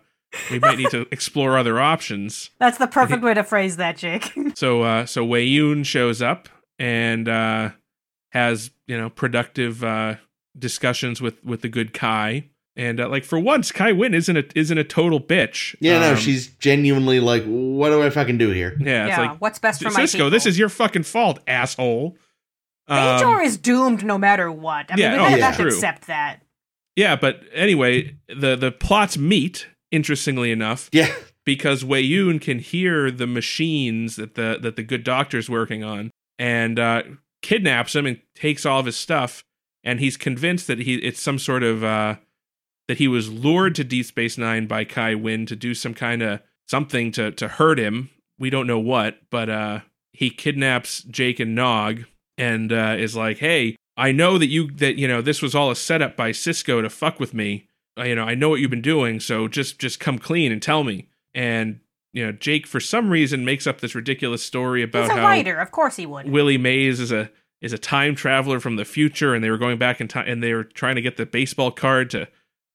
B: we might need to explore other options."
A: That's the perfect way to phrase that, Jake. *laughs*
B: So uh so Wei Yun shows up and uh has, you know, productive uh discussions with with the good Kai. And uh, like for once Kai Win isn't a isn't a total bitch.
C: Yeah, no,
B: Um,
C: she's genuinely like, what do I fucking do here?
B: Yeah, it's
A: yeah,
B: like
A: what's best for my
B: Cisco, this
A: people?
B: is your fucking fault, asshole. Um,
A: Bajor is doomed no matter what. I mean,
B: yeah,
A: we
B: oh,
A: kind of
C: yeah.
A: have to
B: True.
A: accept that.
B: yeah, but anyway, the the plots meet interestingly enough
C: Yeah. *laughs*
B: because Wei Yun can hear the machines that the that the good doctor's working on and uh, kidnaps him and takes all of his stuff and he's convinced that he it's some sort of uh, that he was lured to Deep Space Nine by Kai Wynn to do some kind of something to to hurt him. We don't know what, but uh, he kidnaps Jake and Nog and uh, is like, "Hey, I know that you that you know this was all a setup by Cisco to fuck with me. Uh, You know, I know what you've been doing, so just just come clean and tell me." And you know, Jake for some reason makes up this ridiculous story about
A: He's a
B: how
A: writer, of course he would.
B: Willie Mays is a is a time traveler from the future, and they were going back in time, and they were trying to get the baseball card to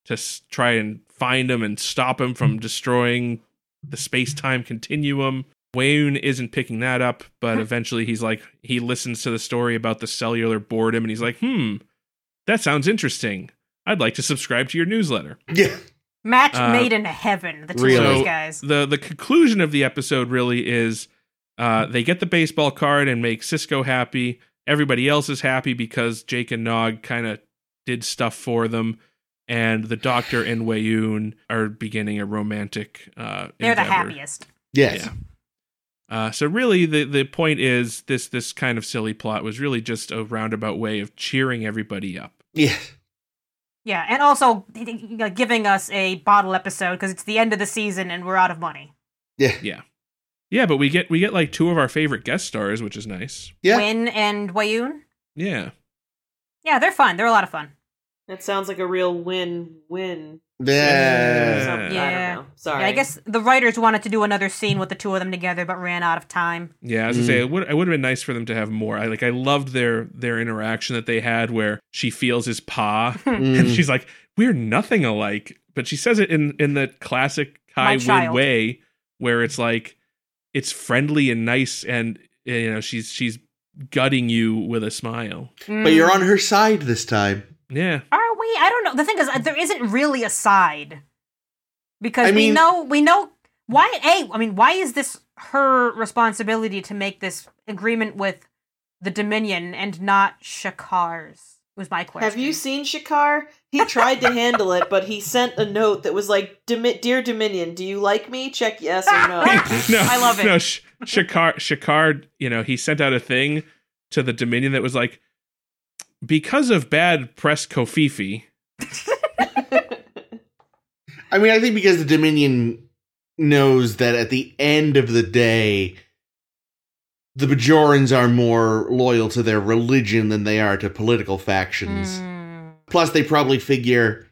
B: to s- try and find him and stop him from destroying the space time continuum. Wayne isn't picking that up, but eventually he's like he listens to the story about the cellular boredom, and he's like, "Hmm, that sounds interesting. I'd like to subscribe to your newsletter."
C: Yeah.
A: Match
B: Uh,
A: made in heaven. The two
C: really.
A: of
B: So-
A: these guys.
B: the the conclusion of the episode really is uh, they get the baseball card and make Cisco happy. Everybody else is happy because Jake and Nog kind of did stuff for them, and the Doctor and Wayoon are beginning a romantic. Uh,
A: They're the
B: endeavor.
A: happiest.
C: Yes.
B: Yeah. Uh, so really, the the point is this this kind of silly plot was really just a roundabout way of cheering everybody up.
C: Yeah.
A: Yeah, and also you know, giving us a bottle episode because it's the end of the season and we're out of money.
C: Yeah.
B: Yeah, but we get we get like two of our favorite guest stars, which is nice.
C: Yeah.
A: Win and Wayoon.
B: Yeah.
A: Yeah, they're fun. They're a lot of fun.
D: that sounds like a real win-win.
C: Yeah.
D: Something- I
A: Yeah.
D: don't know. Sorry.
A: Yeah, I guess the writers wanted to do another scene with the two of them together, but ran out of time.
B: Yeah, as I
C: Mm.
B: say, it would it would have been nice for them to have more. I like I loved their their interaction that they had where she feels his paw *laughs* and
C: Mm.
B: she's like, We're nothing alike. But she says it in in the classic
A: My
B: Kai Wynn
A: child.
B: way where it's like it's friendly and nice and you know, she's she's gutting you with a smile.
C: But you're on her side this time.
B: Yeah.
A: Hmm. Are we? I don't know. The thing is, uh, there isn't really a side because
C: I
A: we
C: mean-
A: know we know why. A, I mean, why is this her responsibility to make this agreement with the Dominion and not Shakar's? Was my question.
D: Have you seen Shakar? He tried to handle it, but he sent a note that was like, "Domi- "Dear Dominion, do you like me? Check yes or
B: *laughs*
D: no."
C: *laughs*
B: no,
A: *laughs* I love it.
B: No, Sh- Shakar, Shakar, you know, he sent out a thing to the Dominion that was like, because of bad press Kofifi,
C: I mean, I think because the Dominion knows that at the end of the day, the Bajorans are more loyal to their religion than they are to political factions.
A: Mm.
C: Plus, they probably figure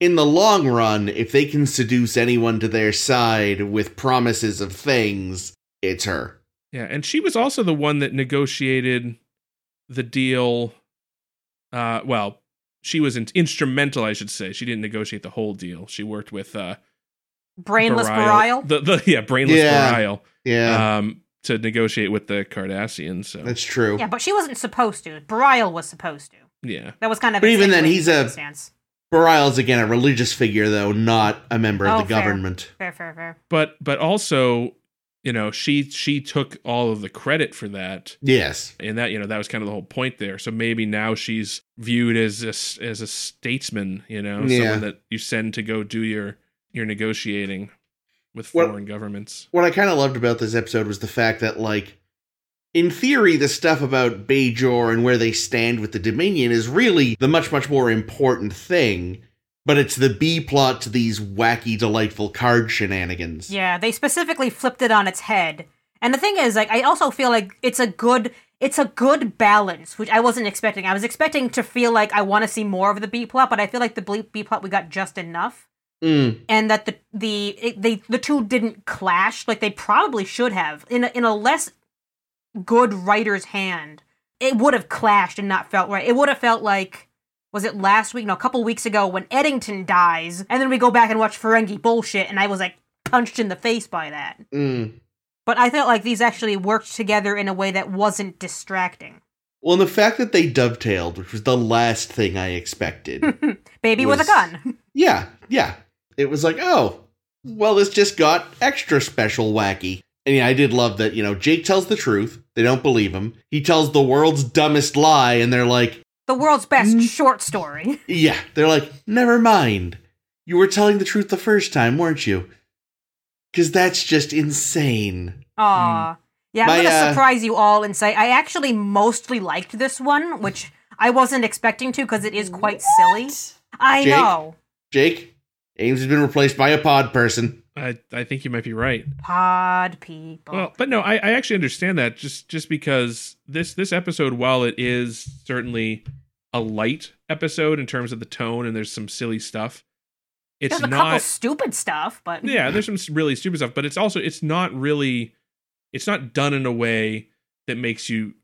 C: in the long run, if they can seduce anyone to their side with promises of things, it's her.
B: yeah, and she was also the one that negotiated the deal. Uh, well, she was in- instrumental, I should say. She didn't negotiate the whole deal. She worked with uh,
A: brainless
B: Barial-
A: Barial?
B: the, the yeah, brainless
C: Yeah.
B: Barial,
C: Yeah,
B: um, to negotiate with the Cardassians. So
C: that's true.
A: Yeah, but she wasn't supposed to. Barial was supposed to.
B: yeah,
A: That was kind of.
C: But even then,
A: insinuating
C: he's a-
A: circumstance.
C: Barial's again a religious figure, though not a member of
A: Oh,
C: the
A: fair.
C: government.
A: Fair, fair, fair.
B: but but also you know she she took all of the credit for that
C: Yes,
B: and that you know that was kind of the whole point there so maybe now she's viewed as a, s- as a statesman you know
C: Yeah.
B: someone that you send to go do your your negotiating with
C: Well-
B: foreign governments
C: what I kind of loved about this episode was the fact that, like, in theory, the stuff about Bajor and where they stand with the Dominion is really the much, much more important thing. But it's the B plot to these wacky, delightful card shenanigans.
A: Yeah, they specifically flipped it on its head. And the thing is, like, I also feel like it's a good it's a good balance, which I wasn't expecting. I was expecting to feel like I want to see more of the B plot, but I feel like the B B plot we got just enough,
C: Mm,
A: and that the the it, they the two didn't clash like they probably should have in a, in a less good writer's hand. It would have clashed and not felt right. It would have felt like was it last week? No, a couple weeks ago when Eddington dies, and then we go back and watch Ferengi bullshit, and I was like punched in the face by that.
C: mm.
A: But I felt like these actually worked together in a way that wasn't distracting.
C: Well, and the fact that they dovetailed, which was the last thing I expected.
A: Baby with
C: Was-
A: a gun.
C: yeah, yeah. It was like, oh, well, this just got extra special wacky. And yeah, I did love that, you know, Jake tells the truth. They don't believe him. He tells the world's dumbest lie, and they're like,
A: The world's best
B: Mm.
A: short story.
C: yeah, they're like, never mind. You were telling the truth the first time, weren't you? Because that's just insane.
A: Aw. Yeah, I'm
C: My,
A: gonna
C: uh,
A: surprise you all and say I actually mostly liked this one, which I wasn't expecting to because it is quite silly. I
C: Jake?
A: know.
C: Jake, Ames has been replaced by a pod person.
B: i i think you might be right
A: Pod people.
B: Well, but no, I, I actually understand that just just because this this episode, while it is certainly a light episode in terms of the tone, and there's some silly stuff, it's
A: There's a couple
B: not.
A: stupid stuff, but
B: Yeah, there's some really stupid stuff, but it's also it's not really, it's not done in a way that makes you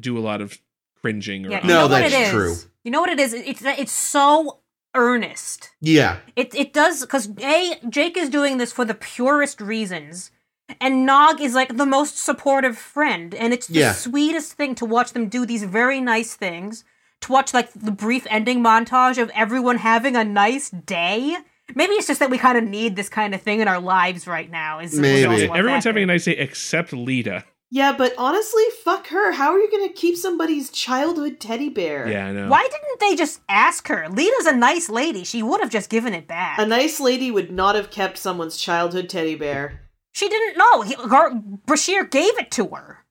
B: do a lot of cringing or
A: yeah, you
C: No,
A: know what
C: that's
A: it is.
C: true.
A: You know what it is? It's it's so earnest.
C: Yeah.
A: It it does because a Jake is doing this for the purest reasons, and Nog is like the most supportive friend, and it's the
C: Yeah.
A: sweetest thing to watch them do these very nice things. To watch like the brief ending montage of everyone having a nice day. Maybe it's just that we kind of need this kind of thing in our lives right now. Is
C: Maybe.
B: everyone's having a nice day except Lita.
D: yeah, but honestly, fuck her. How are you gonna keep somebody's childhood teddy bear?
B: Yeah, I know.
A: Why didn't they just ask her? Lita's a nice lady. She would have just given it back.
D: A nice lady would not have kept someone's childhood teddy bear.
A: she didn't know. He, her, Brashear gave it to her.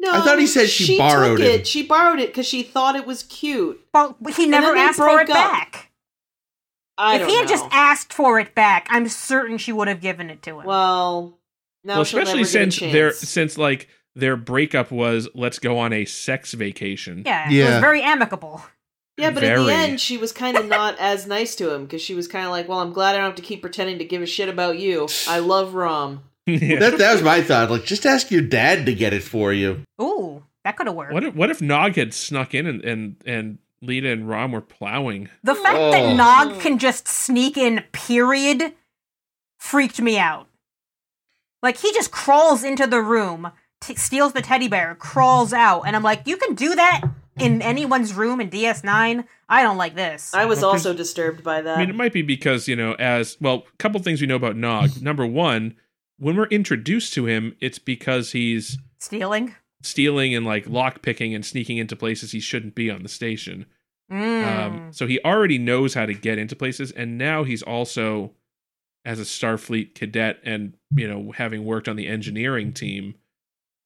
D: No,
C: I thought he said she
D: took
C: borrowed
D: it.
C: it.
D: She borrowed it because she thought it was cute.
A: Well, he
D: then
A: never
D: they
A: asked for
D: broke
A: it
D: up.
A: back.
D: I
A: if
D: don't
A: he had
D: know.
A: just asked for it back, I'm certain she would have given it to him.
D: well, now
B: Well,
D: she'll
B: especially
D: never get a
B: since their
D: chance.
B: since like their breakup was let's go on a sex vacation.
A: yeah, it
C: Yeah.
A: was very amicable.
D: Yeah, but in
B: Very.
D: the end, she was kind of not as nice to him because she was kind of like, "Well, I'm glad I don't have to keep pretending to give a shit about you. I love Rom."
B: *laughs* Yeah.
C: *laughs* That, that was my thought. Like, just ask your dad to get it for you.
A: Ooh, that could have worked.
B: What if, what if Nog had snuck in and, and and Lita and Rom were plowing?
A: The fact
C: Oh.
A: that Nog can just sneak in, period, freaked me out. Like, he just crawls into the room, t- steals the teddy bear, crawls out, and I'm like, you can do that in anyone's room in DS9? I don't like this.
D: I was
B: Well,
D: also disturbed by that.
B: I mean,
A: Um.
B: it might be because you know, as well, a couple things we know
A: *laughs*
B: about Nog. Number one, when we're introduced to him, it's because he's
A: Stealing?
B: stealing and like lock picking and sneaking into places he shouldn't be on the station.
A: Mm.
B: Um, so he already knows how to get into places, and now he's also as a Starfleet cadet, and you know, having worked on the engineering team,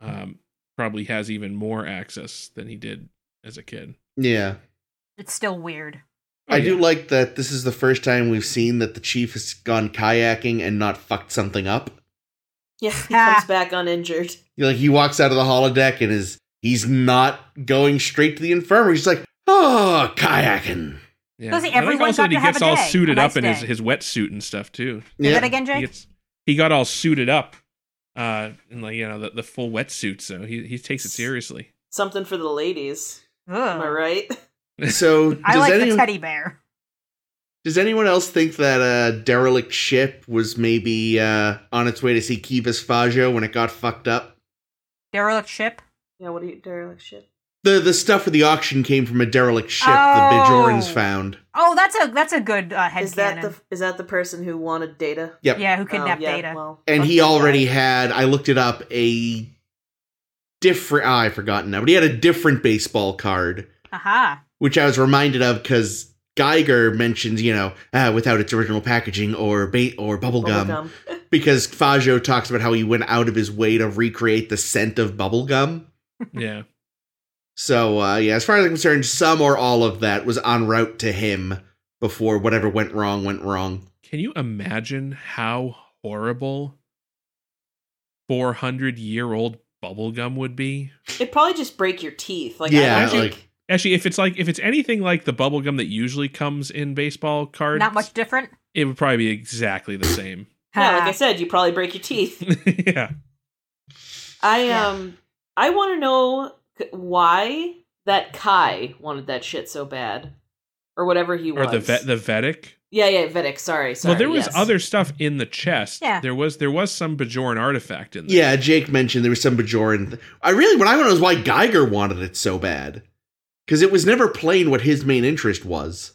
B: um, probably has even more access than he did as a kid.
C: Yeah.
A: it's still weird.
C: I do
B: Oh, Yeah.
C: like that this is the first time we've seen that the chief has gone kayaking and not fucked something up.
D: *laughs* yeah, he comes back uninjured.
C: Like he walks out of the holodeck and is he's not going straight to the infirmary. He's like, oh, kayaking.
B: Yeah.
A: Doesn't
B: I like
A: everyone
B: also
A: got
B: that he
A: to have
B: gets
A: a
B: all
A: day,
B: suited
A: a
B: up
A: nice
B: in his,
A: day?
B: his wetsuit and stuff too.
A: Say
C: Yeah.
A: that again,
B: He
A: Jake?
B: gets he got all suited up uh in like you know the, the full wetsuit, so he
A: *laughs*
B: he takes it seriously.
D: Something for the ladies. Am I
A: Ugh.
D: right? *laughs*
C: So does,
A: I like the
C: anyone,
A: teddy bear.
C: does anyone else think that uh, derelict ship was maybe uh, on its way to see Kivas Fajo when it got fucked up?
A: Derelict ship?
D: Yeah, what do you derelict shit?
C: The the stuff for the auction came from a derelict ship the
A: Oh.
C: Bajorans found.
A: Oh, that's a that's a good uh, headcanon.
D: Is that the is that the person who wanted data?
C: Yep.
A: yeah, who
D: Oh,
A: kidnapped
D: yeah,
A: Data?
D: Well,
C: And
D: fuck
C: he
D: that
C: already
D: guy.
C: had I looked it up a different ah, I've forgotten now, but he had a different baseball card.
A: Aha.
C: which I was reminded of because Geiger mentions, you know, uh, without its original packaging or bait or bubblegum,
D: Bubblegum.
C: because Faggio talks about how he went out of his way to recreate the scent of bubblegum.
B: Yeah.
C: So, uh, yeah, as far as I'm concerned, some or all of that was en route to him before whatever went wrong went wrong.
B: Can you imagine how horrible 400 year old bubblegum would be?
D: It'd probably just break your teeth. Like
C: Yeah,
D: I don't think.
C: like-
B: Actually, if it's like if it's anything like the bubblegum that usually comes in baseball cards,
A: Not much different? Ah,
B: it would probably be exactly the same. *laughs*
D: yeah, like
A: Ha.
D: I said, you probably break your teeth.
B: yeah.
D: I
A: Yeah.
D: um I want to know c- why that Kai wanted that shit so bad, or whatever he
B: Or
D: was.
B: the vet the Vedic.
D: yeah, yeah, Vedic. Sorry, sorry.
B: well, there was
D: yes.
B: other stuff in the chest.
A: Yeah.
B: There was there was some Bajoran artifact in there.
C: Yeah, Jake mentioned there was some Bajoran. Th- I really, what I wanted was why Geiger wanted it so bad. Because it was never plain what his main interest was.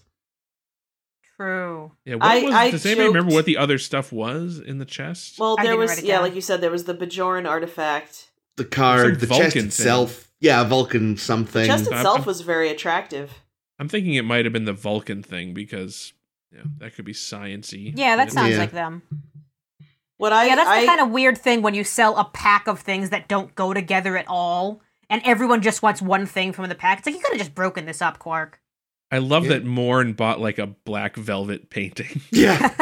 A: True.
B: Yeah, what
D: I-
B: was,
D: I
B: does anybody remember
D: joked-
B: what the other stuff was in the chest?
D: Well,
A: I
D: there
A: didn't
D: was
A: write it
D: yeah,
A: down.
D: like you said, there was the Bajoran artifact.
C: The card,
B: Some
C: the
B: Vulcan
C: chest
B: thing.
C: itself. Yeah, Vulcan something.
D: Chest
B: I'm-
D: itself
B: I'm-
D: was very attractive.
B: I'm thinking it might have been the Vulcan thing because yeah, that could be sciency.
A: Yeah, that sounds
C: Yeah.
A: like them.
D: What I
A: Yeah, that's
D: I,
A: the kind of weird thing when you sell a pack of things that don't go together at all, and everyone just wants one thing from the pack. It's like you could have just broken this up, Quark. *laughs*
B: I love
C: Yeah.
B: that Morn bought like a black velvet painting.
C: *laughs*
B: *laughs*
C: Yeah.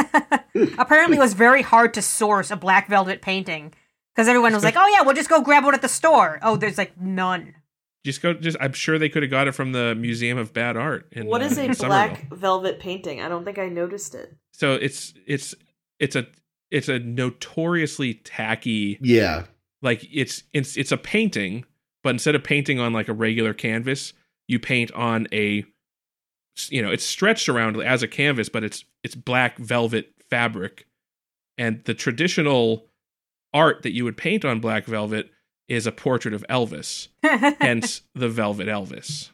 A: Apparently, it was very hard to source a black velvet painting because everyone was like, "Oh yeah, we'll just go grab one at the store." Oh, there's like none. *laughs*
B: just go just I'm sure they could have got it from the Museum of Bad Art in
D: what
B: uh,
D: is a
B: in Somerville.
D: black velvet painting? I don't think I noticed it.
B: So it's it's it's a it's a notoriously tacky
C: Yeah.
B: like it's it's it's a painting, but instead of painting on like a regular canvas, you paint on a you know, it's stretched around as a canvas, but it's it's black velvet fabric. And the traditional art that you would paint on black velvet is a portrait of Elvis,
A: yeah,
B: hence the Velvet Elvis.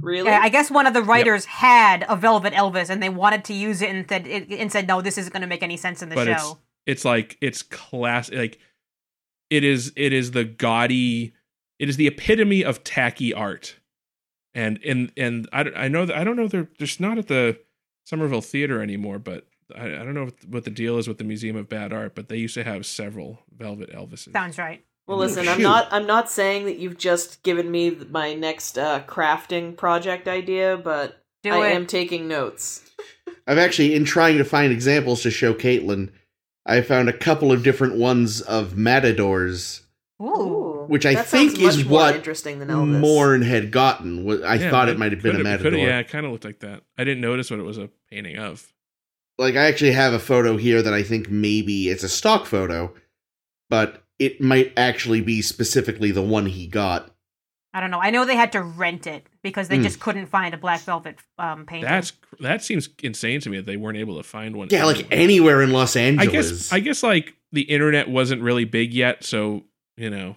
D: Really?
A: I guess one of the writers had a velvet Elvis, and they wanted to use it and said, it, and said, "No, this isn't going to make any sense in *laughs* the
B: But it's-
A: show."
B: It's like it's class like it is it is the gaudy it is the epitome of tacky art. And and and I, don't- I know that I don't know they're just not at the Somerville Theater anymore, but I, I don't know what the deal is with the Museum of Bad Art, but they used to have several Velvet Elvises.
A: Sounds right.
D: Well,
B: Oh,
D: listen, I'm
C: shoot.
D: not. I'm not saying that you've just given me th- my next uh, crafting project idea, but
A: Do
D: I
A: it.
D: am taking notes.
C: I've actually, in trying to find examples to show Caitlin, I found a couple of different ones of matadors
A: Ooh.
C: Which I
D: That sounds
C: think is
D: much more
C: what
D: interesting than Elvis.
C: Morn had gotten. Wa- I
B: Yeah,
C: thought it might have been a
B: could've- could've-
C: matador.
B: Yeah, it kind of looked like that. I didn't notice what it was a painting of.
C: Like I actually have a photo here that I think maybe it's a stock photo, but it might actually be specifically the one he got.
A: I don't know. I know they had to rent it because they
C: Mm.
A: just couldn't find a black velvet um, painting.
B: That's cr- that seems insane to me that they weren't able to find one.
C: Yeah, like
B: anywhere.
C: anywhere in Los
B: I
C: Angeles.
B: guess I guess like the internet wasn't really big yet, so you know,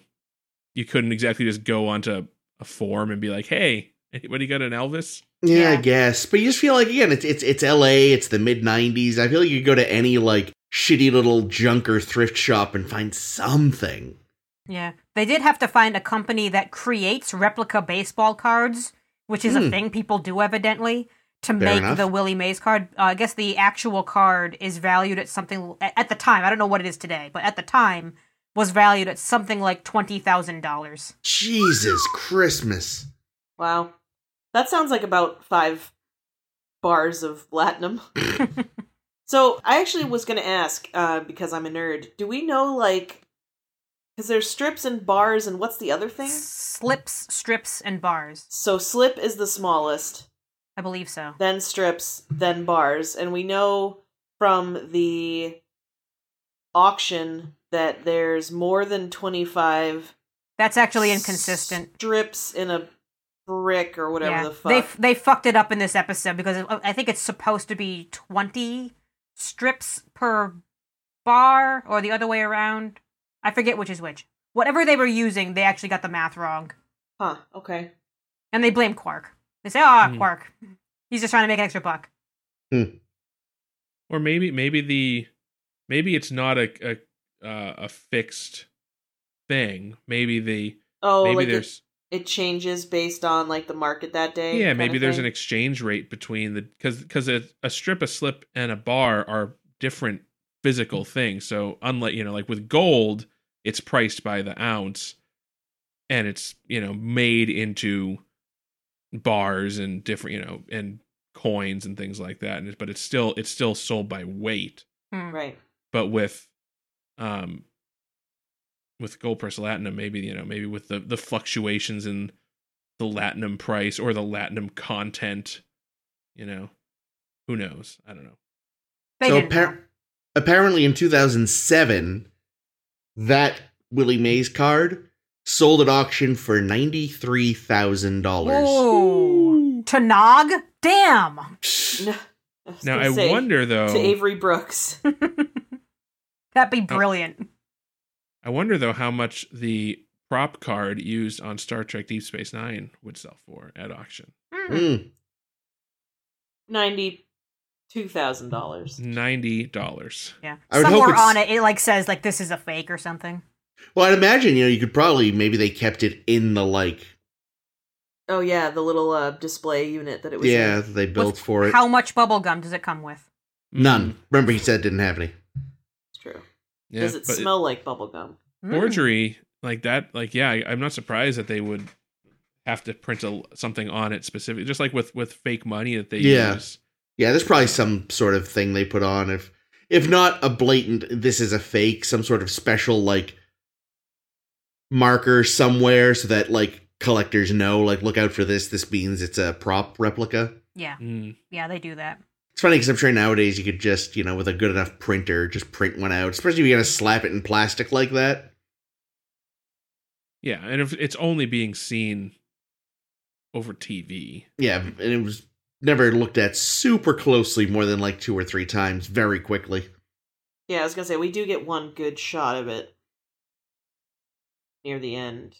B: you couldn't exactly just go onto a form and be like, "Hey, anybody got an Elvis?"
C: yeah, I
A: Yeah.
C: guess. But you just feel like again, it's it's it's L.A. It's the mid '90s. I feel like you go to any like shitty little junk or thrift shop and find something.
A: yeah. They did have to find a company that creates replica baseball cards, which is
C: Hmm.
A: a thing people do evidently, to make
C: enough.
A: the Willie Mays card. Uh, I guess the actual card is valued at something at at the time. I don't know what it is today, but at the time was valued at something like twenty thousand dollars.
C: Jesus Christmas.
D: Wow. That sounds like about five bars of platinum. so I actually was going to ask, uh, because I'm a nerd, do we know, like, because there's strips and bars and what's the other thing?
A: Slips, strips, and bars.
D: So slip is the smallest,
A: I believe so.
D: then strips, then bars. And we know from the auction that there's more than 25
A: That's actually inconsistent.
D: strips in a brick or whatever
A: yeah.
D: the fuck.
A: They f- they fucked it up in this episode because it- I think it's supposed to be 20 strips per bar or the other way around. I forget which is which. Whatever they were using, they actually got the math wrong.
D: huh, okay.
A: And they blame Quark. They say, "Ah,
B: Hmm.
A: Quark. He's just trying to make an extra buck."
B: Or maybe maybe the maybe it's not a a uh, a fixed thing. Maybe the
D: Oh,
B: maybe
D: like it-
B: there's
D: it changes based on like the market that day.
B: yeah
D: kind
B: maybe
D: of
B: there's
D: thing.
B: an exchange rate between the because because a, a strip a slip and a bar are different physical things so unlike you know like with gold it's priced by the ounce and it's you know made into bars and different you know and coins and things like that and it, but it's still it's still sold by weight
A: Hmm.
D: right. *laughs*
B: but with um with gold price latinum maybe you know maybe with the the fluctuations in the latinum price or the latinum content you know who knows i don't know
A: They
C: so
A: didn't.
C: appar-
A: know.
C: apparently in 2007, that Willie Mays card sold at auction for $93,000.
A: Whoa. To Nog? Damn.
D: No, I was
B: now
D: gonna
B: i
D: say,
B: wonder though
D: to Avery Brooks. *laughs*
A: That'd be brilliant.
B: i wonder though how much the prop card used on star trek deep space 9 would sell for at auction
A: Hmm.
C: Mm.
D: Ninety two thousand dollars.
B: $90
A: Yeah.
C: I would hope
A: Somewhere
C: it's-
A: on it it like says like this is a fake or something.
C: Well, I'd imagine, you know, you could probably, maybe they kept it in the like,
D: Oh yeah, the little uh, display unit that it was.
C: yeah,
D: in.
C: that they built
A: What's-
C: for it.
A: How much bubble gum does it come with?
C: None. Remember, he said didn't have any.
D: it's true.
B: Mm, yeah,
D: Does it
B: but
D: smell like bubblegum?
A: Mm.
B: forgery like that like yeah I, i'm not surprised that they would have to print a, something on it specific just like with with fake money that they
C: Yeah.
B: use
C: Yeah, there's probably some sort of thing they put on if if not a blatant this is a fake, some sort of special like marker somewhere so that like collectors know like look out for this this means it's a prop replica.
A: Yeah,
B: Mm.
A: yeah, they do that.
C: It's funny cuz I'm sure nowadays you could just, you know, with a good enough printer just print one out, especially if you're going to slap it in plastic like that.
B: yeah and if it's only being seen over tv
C: Yeah, and it was never looked at super closely more than like two or three times very quickly.
D: Yeah, I was gonna say we do get one good shot of it near the end.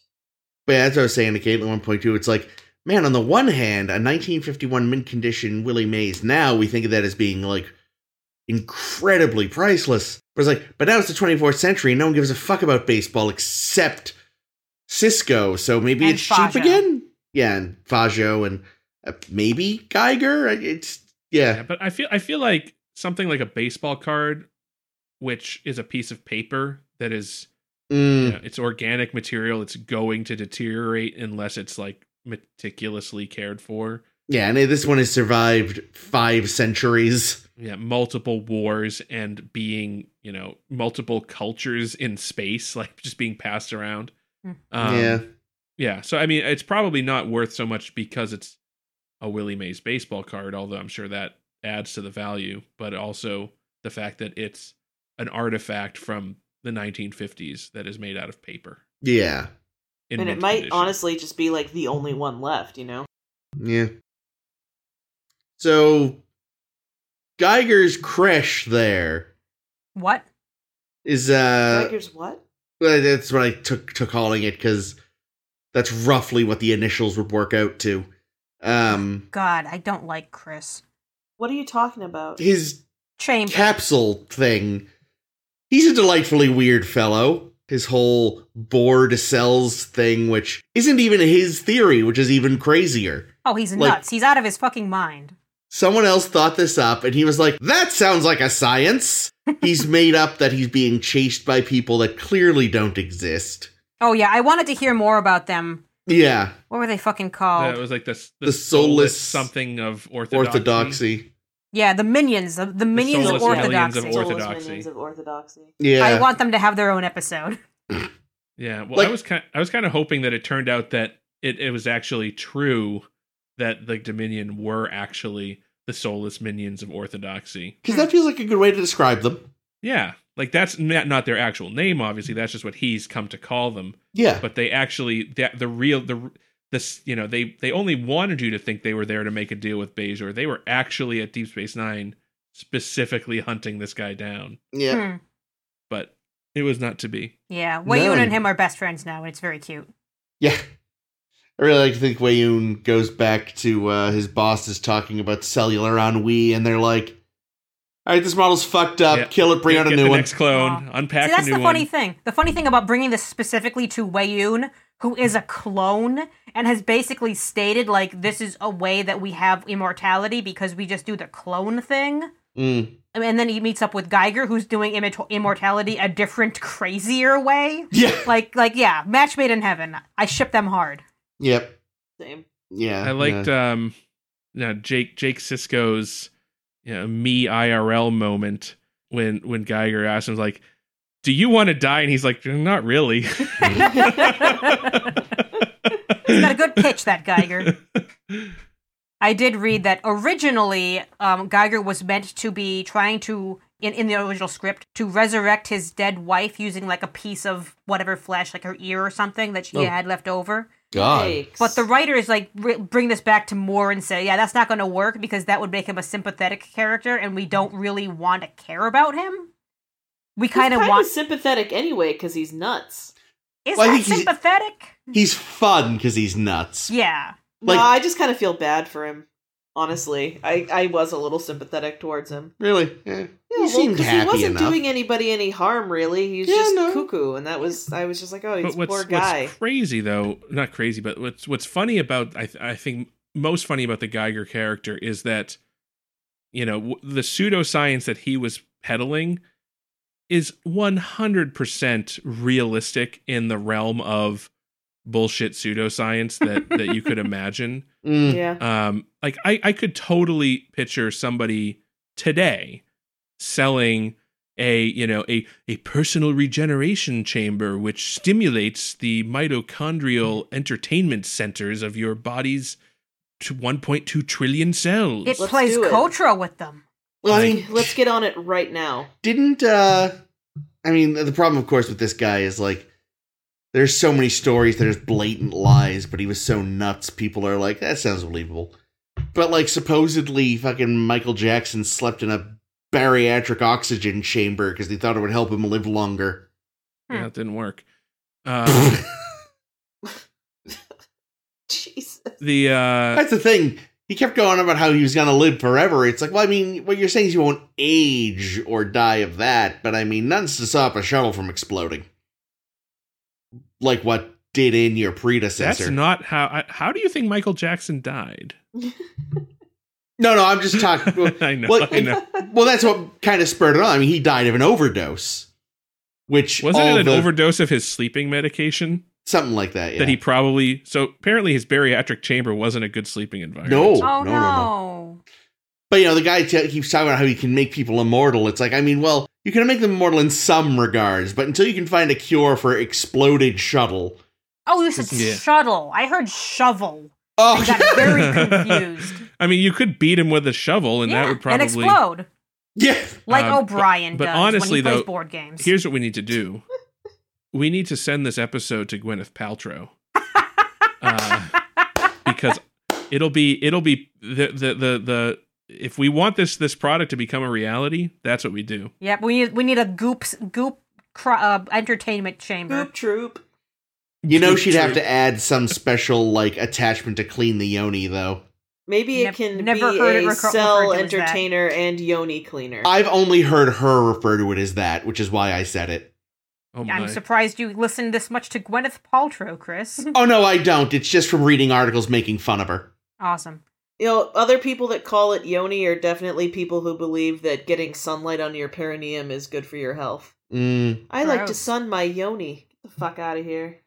C: But yeah, that's what I was saying to Caitlin one point two. It's like, man, on the one hand, a nineteen fifty one mint condition Willie Mays. Now we think of that as being like incredibly priceless. But it's like, but now it's the twenty fourth century, and no one gives a fuck about baseball except Cisco. So maybe
A: And
C: it's
A: Faggio.
C: cheap again. Yeah, and Faggio and uh, maybe Geiger. I- It's
B: Yeah,
C: yeah,
B: but i feel i feel like something like a baseball card which is a piece of paper that is you
C: Mm,
B: know, it's organic material it's going to deteriorate unless it's like meticulously cared for
C: Yeah, and this one has survived five centuries.
B: yeah, multiple wars and being, you know, multiple cultures in space, *laughs* like just being passed around.
D: Hmm.
B: Um,
A: Mm.
C: yeah.
B: Yeah. So I mean, it's probably not worth so much because it's a Willie Mays baseball card, although I'm sure that adds to the value, but also the fact that it's an artifact from the 1950s that is made out of paper.
C: Yeah.
B: in
D: and it
B: mint
D: might
B: condition.
D: honestly just be like the only one left, you know?
C: Yeah. So Geiger's crash there
A: What?
C: is uh
D: Geiger's what?
C: well, that's what I took to calling it cuz that's roughly what the initials would work out to. Um
A: God, I don't like Chris.
D: What are you talking about?
C: his
A: Chamber.
C: capsule thing. He's a delightfully weird fellow. His whole bored cells thing which isn't even his theory, which is even crazier.
A: oh, he's
C: like-
A: nuts. he's out of his fucking mind.
C: Someone else thought this up, and he was like, That sounds like
A: *laughs*
C: a science. he's made up that he's being chased by people that clearly don't exist.
A: Oh yeah, I wanted to hear more about them.
C: Yeah,
A: What were they fucking
B: That
A: called?
B: was like this
C: The soulless
B: something of orthodoxy.
C: orthodoxy.
A: yeah, the minions. The, the minions of
B: soulless aliens
A: orthodoxy.
B: of
D: Soulless
B: orthodoxy.
D: minions of orthodoxy.
A: I
C: Yeah.
A: want them to have their own episode.
B: Yeah. Well,
C: Like-
B: I was kind I was kind of hoping that it turned out that it, it was actually true that the Dominion were actually the soulless minions of orthodoxy.
C: Because that feels like a good way to describe them.
B: Yeah. Like that's not, not their actual name obviously, that's just what he's come to call them,
C: Yeah.
B: but they actually that the real the this you know, they they only wanted you to think they were there to make a deal with Bajor. They were actually at Deep Space 9 specifically hunting this guy down,
C: Yeah.
A: Hmm.
B: but it was not to be.
A: Yeah,
C: No.
A: Wayun and him are best friends now, and it's very cute.
C: Yeah. I really like to think Wayoon goes back to uh, his boss is talking about cellular ennui, and they're like, All right, this model's fucked up.
B: Yeah.
C: Kill it, bring out a
B: Get
C: new
B: the
C: one.
B: next clone,
A: Aw. See,
B: unpack
A: that's
B: a new
A: the
B: one.
A: funny thing. The funny thing about bringing this specifically to Wayun, who is a clone and has basically stated like this is a way that we have immortality because we just do the clone thing.
C: Mm.
A: And then he meets up with Geiger, who's doing immort- immortality a different, crazier way.
C: Yeah.
A: Like, like, yeah, match made in heaven. I ship them hard.
C: Yep.
D: Same.
C: Yeah.
B: I liked um now Jake Jake Cisco's you know, me IRL moment when when Geiger asked him like, "Do you want to die?" and he's like, "Not really."
A: He's got a
C: *laughs*
A: good pitch, that Geiger. I did read that originally um, Geiger was meant to be trying to in, in the original script to resurrect his dead wife using like a piece of whatever flesh, like her ear or something that she
C: Oh.
A: had left over.
C: God.
D: Yikes.
A: But the writers like re- bring this back to Moore and say, yeah, that's not going to work because that would make him a sympathetic character, and we don't really want to care about him. We
D: He's
A: kind of want.
D: sympathetic anyway because he's nuts.
A: Is
C: Well, I
A: that
C: think he's-
A: sympathetic?
C: He's fun because he's nuts.
A: Yeah.
C: Like-
D: no, I just kind of feel bad for him. Honestly, I, I was a little sympathetic towards him.
C: Really? Yeah.
D: Yeah,
C: he seemed
D: 'cause
C: happy
D: he wasn't
C: enough.
D: doing anybody any harm, really. He was
C: Yeah,
D: just
C: no.
D: cuckoo, and that was I was just like, oh, he's
B: but
D: a
B: what's
D: poor
B: what's
D: guy.
B: crazy though, not crazy, but what's what's funny about I th- I think most funny about the Geiger character is that you know w- the pseudoscience that he was peddling is 100% realistic in the realm of bullshit pseudoscience that that you
D: *laughs*
B: could imagine
C: Mm.
D: yeah,
B: um like i i could totally picture somebody today selling a you know a a personal regeneration chamber which stimulates the mitochondrial entertainment centers of your body's to 1.2 trillion cells
A: It
D: Let's
A: plays
D: do it.
A: Kotra with them.
C: Well, I
B: Like-
C: mean,
D: let's get on it right now. *laughs*
C: didn't uh I mean, the problem of course with this guy is like there's so many stories there's blatant lies, but he was so nuts people are like that sounds believable. But like supposedly fucking Michael Jackson slept in a bariatric oxygen chamber cuz they thought it would help him live longer.
B: yeah, it didn't work
C: *laughs*
B: um,
D: Jesus.
B: the uh
C: That's the thing. He kept going about how he was going to live forever. It's like, well, I mean, what you're saying is you won't age or die of that, but I mean, nothing's to stop a shuttle from exploding. Like what did in your predecessor.
B: that's not how I, how do you think michael jackson died *laughs*
C: no, no, I'm just talking. well,
B: i know
C: well,
B: i know
C: well, that's what kind of spurred it on. I mean, he died of an overdose, which
B: wasn't
C: all
B: it an
C: the-
B: overdose of his sleeping medication
C: something like that. Yeah.
B: that he probably so apparently his bariatric chamber wasn't a good sleeping environment.
C: No.
A: Oh no.
C: no, but you know, the guy t- keeps talking about how he can make people immortal. It's like, I mean, well, you can make them immortal in some regards, but until you can find a cure for exploded shuttle.
A: Oh, you said
B: Yeah.
A: shuttle. I heard shovel.
C: Oh,
A: I got
B: *laughs*
A: very confused.
B: I mean, you could beat him with a shovel, and
A: Yeah,
B: that would probably
A: and explode
C: *laughs* yeah.
A: like
B: Um, but-
A: O'Brien
B: but
A: does
B: honestly,
A: when he plays
B: though,
A: board games.
B: Here's what we need to do. We need to send this episode to Gwyneth
D: *laughs*
B: Paltrow. Uh, because it'll be it'll be the, the the the if we want this this product to become a reality, that's what we do.
A: Yep, we need we need a goops goop cr- uh, entertainment chamber.
D: Goop troop.
C: You know, she'd have to add some special, like, attachment to clean the yoni, though.
D: Maybe
A: Nev-
D: it can
A: never
D: be
A: heard it
D: a
A: recur-
D: cell
A: referred to as that.
D: entertainer and yoni cleaner.
C: I've only heard her refer to it as that, which is why I said it.
B: Oh my.
A: I'm surprised you listened this much to Gwyneth Paltrow, Chris.
D: *laughs*
C: Oh, no, I don't. It's just from reading articles making fun of her.
A: awesome.
D: you know, other people that call it yoni are definitely people who believe that getting sunlight on your perineum is good for your health.
C: Mm.
D: I like to
A: Gross.
D: sun my yoni. Get the fuck out of here.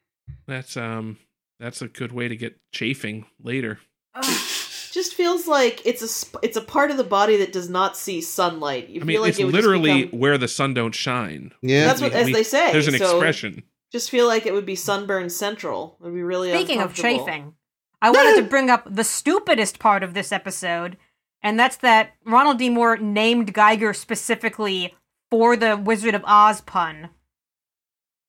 B: That's um that's a good way to get chafing later.
A: Ugh.
D: Just feels like it's a sp- it's a part of the body that does not see sunlight. You
B: I
D: feel
B: mean,
D: like
B: it's
D: it would just
B: literally
D: become-
B: where the sun don't shine.
C: Yeah.
D: That's what- as they say,
B: There's an
D: so-
B: expression.
D: just feel like it would be sunburn central. It would be really
A: Speaking of
D: uncomfortable.
A: chafing, I
D: *laughs*
A: wanted to bring up the stupidest part of this episode, and that's that Ronald D. Moore named Geiger specifically for the Wizard of Oz pun.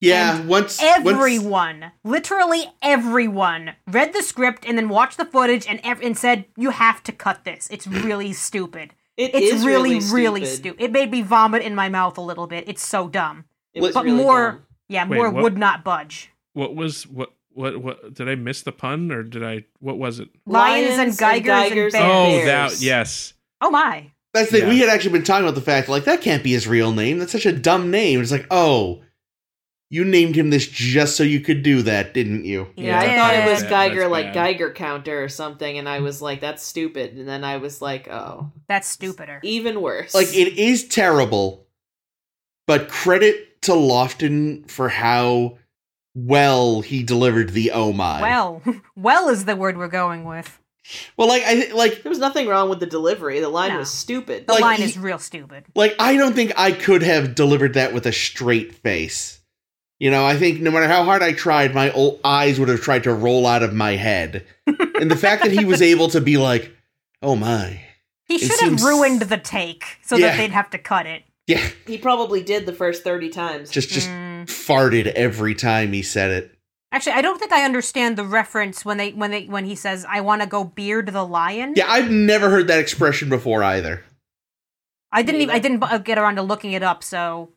C: yeah, once. once-
A: Everyone, literally everyone, read the script and then watched the footage and ev- and said, "You have to cut this.
D: *laughs*
A: It's really stupid.
D: It
A: It's
D: is
A: really, really
D: stupid.
A: stupid. It made me vomit in my mouth a little bit. It's so dumb.
D: It was
A: But
D: really
A: more-
D: dumb.
A: Yeah,
B: Wait,
A: Moore
B: what?
A: would not budge.
B: What was what what what did I miss the pun or did I what was it?
A: Lions, and
D: Lions and
A: Geigers and,
D: Geigers and
A: bears.
B: Oh,
D: Bears.
B: that yes.
A: Oh my!
C: That's the thing. We
B: Yeah.
C: had actually been talking about the fact, like, that can't be his real name. That's such a dumb name. It's like, oh, you named him this just so you could do that, didn't you?
D: Yeah, I thought it was
B: Yeah,
D: Geiger,
B: that's
D: like
B: bad.
D: Geiger counter or something, and I was like, "That's stupid." And then I was like, "Oh,
A: That's stupider.
D: even worse."
C: Like, it is terrible, but credit to Lofton for how well he delivered the oh my.
A: Well, *laughs* well is the word we're going with.
C: well like, I th- like,
D: there was nothing wrong with the delivery. The line
A: No.
D: was stupid.
A: The
C: Like,
A: line
C: he-
A: is real stupid.
C: like I don't think I could have delivered that with a straight face. You know, I think no matter how hard I tried, my old eyes would have tried to roll out of my head. and the fact that he was able to be like, "Oh my."
A: He
C: It
A: should
C: seems-
A: have ruined the take so
C: Yeah.
A: that they'd have to cut it.
C: Yeah,
D: he probably did the first thirty times.
C: just just
A: Mm.
C: farted every time he said it.
A: Actually, I don't think I understand the reference when they when they when he says, "I want to go beard the lion."
C: Yeah, I've never heard that expression before either.
A: I didn't.
D: Me
A: Even, I didn't bu- get around to looking it up. So,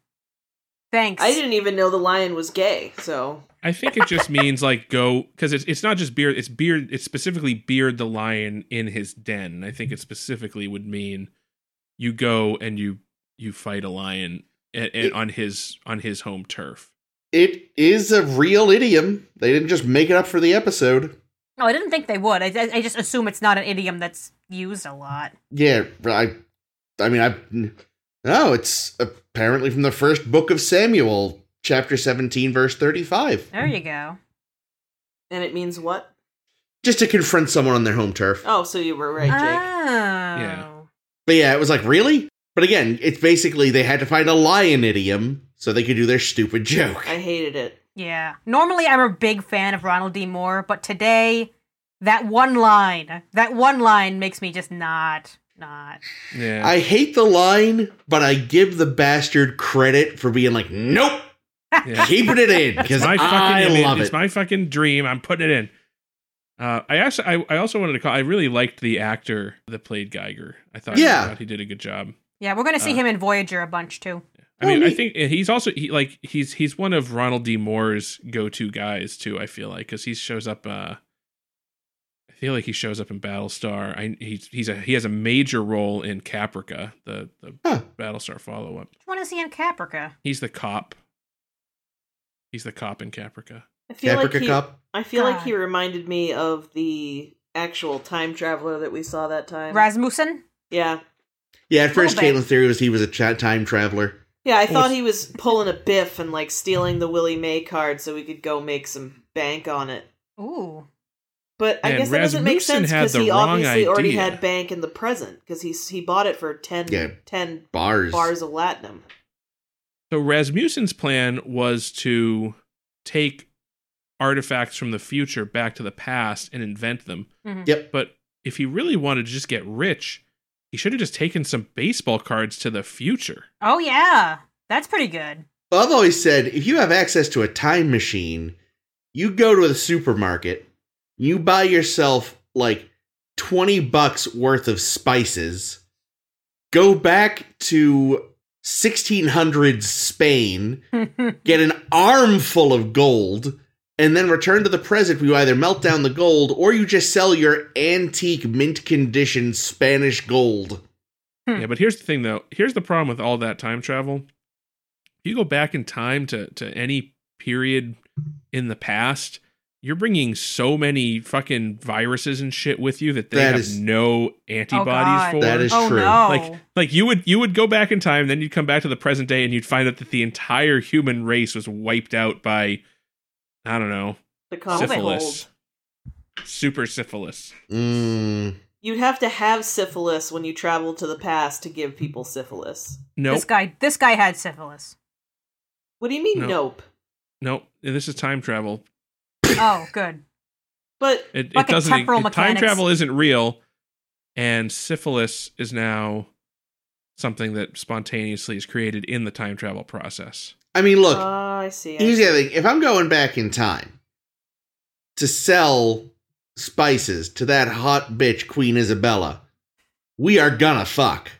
A: thanks.
D: I didn't even know the lion was gay. So
B: I think it just means like go because it's it's not just beard. It's beard. It's specifically beard the lion in his den. I think it specifically would mean you go and you you fight a lion a a-
C: It-
B: on his on his home turf.
C: It is a real idiom. They didn't just make it up for the episode.
A: No, I didn't think they would. I, I I just assume it's not an idiom that's used a lot.
C: Yeah, I I mean I No, it's apparently from the first book of Samuel, chapter 17 verse 35.
A: There you go.
D: and it means what?
C: Just to confront someone on their home turf.
D: Oh, so you were right, Jake.
A: Oh.
C: But yeah, it was like, "Really?" But again, it's basically they had to find a lion idiom so they could do their stupid joke.
D: I hated it.
A: Yeah. Normally, I'm a big fan of Ronald D. Moore, but today, that one line, that one line makes me just not, not.
B: Yeah,
C: I hate the line, but I give the bastard credit for being like, nope, *laughs*
B: yeah.
C: keeping it in because
B: my fucking
C: I
B: image-
C: love
B: it's
C: it.
B: my fucking dream. I'm putting it in. Uh, I also I, I also wanted to call. I really liked the actor that played Geiger. I thought
C: Yeah.
B: I thought he did a good job.
A: Yeah, we're gonna see
B: Uh.
A: him in Voyager a bunch too.
B: I
C: Well,
B: mean, I
C: he-
B: think and he's also he like he's he's one of Ronald D. Moore's go-to guys too. I feel like because he shows up. uh I feel like he shows up in Battlestar. I he's he's a he has a major role in Caprica, the the
C: Huh.
B: Battlestar follow-up.
A: Which one is he in Caprica?
B: He's the cop. He's the cop in Caprica.
D: I feel
C: Caprica
D: like he,
C: Cup.
D: I feel like
A: God.
D: he reminded me of the actual time traveler that we saw that time.
A: Rasmussen.
D: yeah,
C: Yeah, at first
A: little bit.
C: Caitlin's theory was he was a cha- time traveler.
D: Yeah, I thought
B: it's-
D: he was pulling a biff and like stealing the Willie May card so we could go make some bank on it.
A: Ooh.
D: But I
B: Man,
D: guess that doesn't make
B: Rasmussen
D: sense
B: had
D: because
B: the
D: he
B: wrong
D: obviously already
B: idea.
D: had bank in the present because he he bought it for 10,
C: Yeah.
D: 10
C: Bars.
D: bars of latinum.
B: So Rasmussen's plan was to take artifacts from the future back to the past and invent them.
A: Mhm.
C: Yep.
B: But if he really wanted to just get rich, he should have just taken some baseball cards to the future.
A: Oh yeah, that's pretty good.
C: Well, I've always said if you have access to a time machine, you go to the supermarket, you buy yourself like 20 bucks worth of spices, go back to
A: *laughs*
C: 1600s Spain, get an armful of gold, and then return to the present. You either melt down the gold or you just sell your antique mint condition Spanish gold.
A: Hmm.
B: Yeah, but here's the thing though. Here's the problem with all that time travel. If you go back in time to to any period in the past, you're bringing so many fucking viruses and shit with you that they
C: That
B: have
C: is-
B: no antibodies
A: God.
B: for.
C: That is
A: oh
C: true.
A: no.
B: Like like you would you would go back in time, then you'd come back to the present day and you'd find out that the entire human race was wiped out by I don't know,
D: The common
B: syphilis.
D: cold.
B: Super syphilis.
C: Mm.
D: You'd have to have syphilis when you travel to the past to give people syphilis.
B: Nope.
A: This guy, this guy had syphilis.
D: What do you mean,
B: No.
D: nope?
B: nope. This is time travel. *coughs*
A: Oh, good.
D: But
B: It, it
A: Fucking
B: doesn't. e- It,
A: temporal
B: time
A: mechanics.
B: travel isn't real, and syphilis is now something that spontaneously is created in the time travel process.
C: I mean, look,
D: Ah, I see. I
C: Here's
D: see.
C: the other thing. If I'm going back in time to sell spices to that hot bitch Queen Isabella, we are gonna fuck.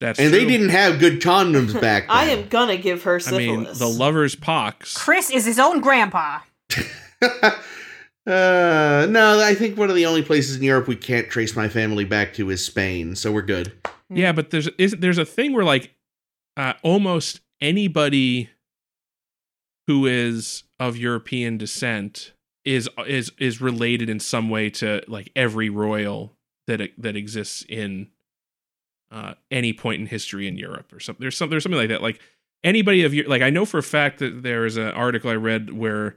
B: That's
C: And they
B: true.
C: didn't have good
D: *laughs*
C: condoms back then.
D: I am gonna give her
B: I mean,
D: syphilis.
B: the lover's pox.
A: Chris is his own grandpa.
C: *laughs* uh, no, I think one of the only places in Europe we can't trace my family back to is Spain, so we're good.
B: Yeah, but there's is there's a thing where like uh, almost anybody who is of European descent is is is related in some way to like every royal that that exists in uh, any point in history in Europe or something. There's some there's something like that. Like anybody of your like I know for a fact that there is an article I read where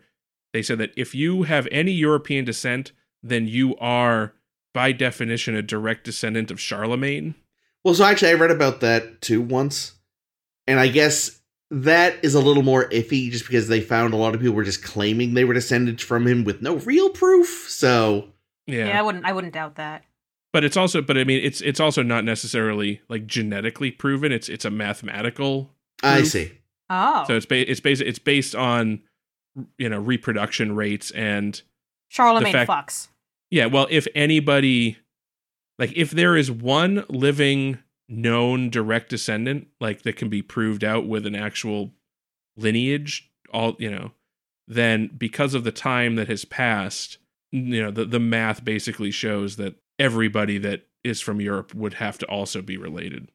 B: they said that if you have any European descent, then you are by definition a direct descendant of Charlemagne.
C: Well, so actually, I read about that too once, and I guess that is a little more iffy, just because they found a lot of people were just claiming they were descended from him with no real proof. So
A: Yeah. I wouldn't. I wouldn't doubt that.
B: but it's also but i mean it's it's also not necessarily like genetically proven it's it's a mathematical
C: I
B: Proof.
C: see.
A: Oh,
B: so it's ba- it's based it's based on you know reproduction rates and
A: Charlemagne
B: the fact-
A: fucks.
B: yeah well if anybody like if there is one living known direct descendant like that can be proved out with an actual lineage all you know then because of the time that has passed you know the, the math basically shows that everybody that is from europe would have to also be related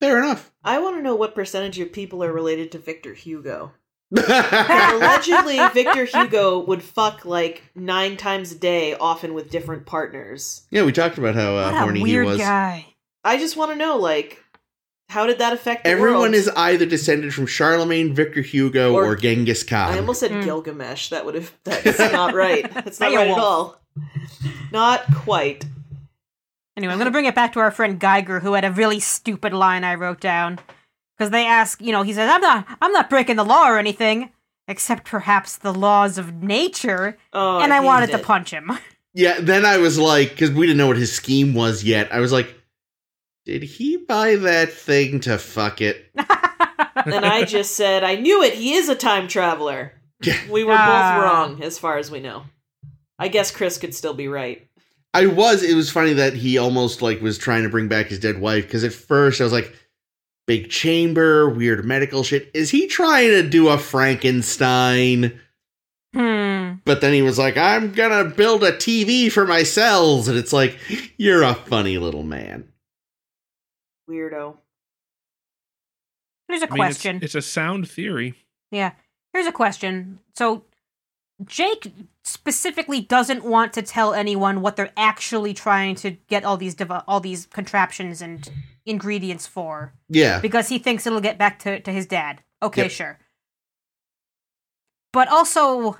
C: Fair
D: *laughs*
C: enough. *laughs*
D: I want to know what percentage of people are related to Victor Hugo.
C: *laughs* yeah,
D: Allegedly, Victor Hugo would fuck like nine times a day, often with different partners.
C: we talked about how uh,
A: what
C: horny
A: a
C: he
A: weird
C: was.
A: guy.
D: I just want to know, like, how did that affect the
C: Everyone
D: world?
C: is either descended from Charlemagne, Victor Hugo, or,
D: Or-
C: Genghis Khan.
D: I almost said
A: Mm.
D: Gilgamesh. That
C: *laughs*
D: would have. That's not right. That's not
A: Beowulf.
D: right at all. Not quite.
A: Anyway, I'm going to bring it back to our friend Geiger, who had a really stupid line I wrote down. Because they ask, you know, he says, "I'm not, I'm not breaking the law or anything, except perhaps the laws of nature."
D: Oh,
A: and I,
D: hated
A: wanted to
D: it.
A: punch him. *laughs*
C: yeah, then I was like, because we didn't know what his scheme was yet. I was like, did he buy that thing to fuck it?
D: And I just said, I knew it. He is a time traveler.
C: Yeah.
D: We were
A: Ah.
D: both wrong, as far as we know. I guess Chris could still be right.
C: I was. It was funny that he almost like was trying to bring back his dead wife because at first I was like, big chamber, weird medical shit. Is he trying to do a Frankenstein?
A: hmm.
C: But then he was like, I'm gonna build a TV for my cells. And it's like, you're a funny little man.
D: Weirdo.
A: Here's a
B: I mean, it's-
A: question.
B: It's, a sound theory.
A: Yeah. Here's a question. So Jake specifically doesn't want to tell anyone what they're actually trying to get all these dev- all these contraptions and ingredients for
C: Yeah.
A: because he thinks it'll get back to, to his dad. Okay,
C: Yep.
A: sure. But also,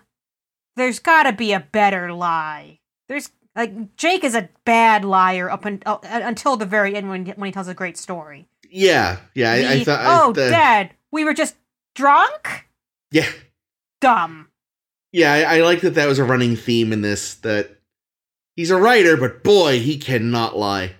A: there's got to be a better lie. There's like Jake is a bad liar up un- uh, until the very end when when he tells a great story.
C: Yeah. Yeah. I, I
A: The,
C: thought.
A: oh,
C: I, the-
A: Dad, we were just drunk.
C: Yeah.
A: Dumb.
C: Yeah. I, I like that that was a running theme in this that he's a writer, but boy, he cannot lie.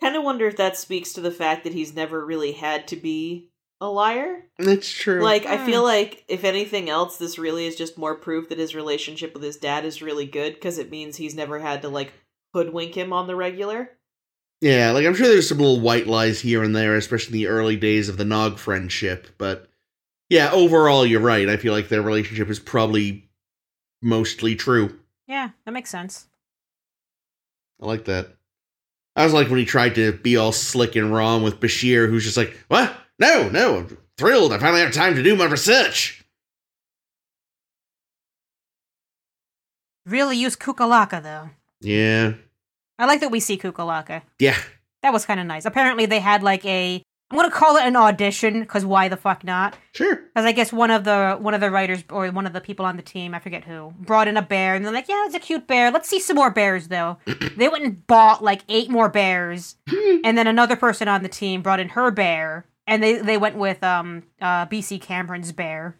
D: Kind of wonder if that speaks to the fact that he's never really had to be a liar.
C: That's true.
D: Like, I
A: Hmm.
D: feel like, if anything else, this really is just more proof that his relationship with his dad is really good because it means he's never had to, like, hoodwink him on the regular.
C: yeah. Like, I'm sure there's some little white lies here and there, especially in the early days of the Nog friendship. But yeah, overall, you're right. I feel like their relationship is probably mostly true.
A: Yeah, that makes sense.
C: I like that. I was like when he tried to be all slick and wrong with Bashir, who's just like, "What? No, no! I'm thrilled. I finally have time to do my research."
A: Really use Kukalaka though.
C: Yeah,
A: I like that we see Kukalaka.
C: yeah,
A: That was kind of nice. Apparently, they had like a I'm gonna call it an audition because why the fuck not?
C: sure.
A: Because I guess one of the one of the writers or one of the people on the team, I forget who, brought in a bear, and they're like, "Yeah, it's a cute bear. Let's see some more bears,
D: *clears throat*
A: though." they went and bought like eight more bears,
D: Hmm.
A: and then another person on the team brought in her bear, and they they went with um uh BC Cameron's bear.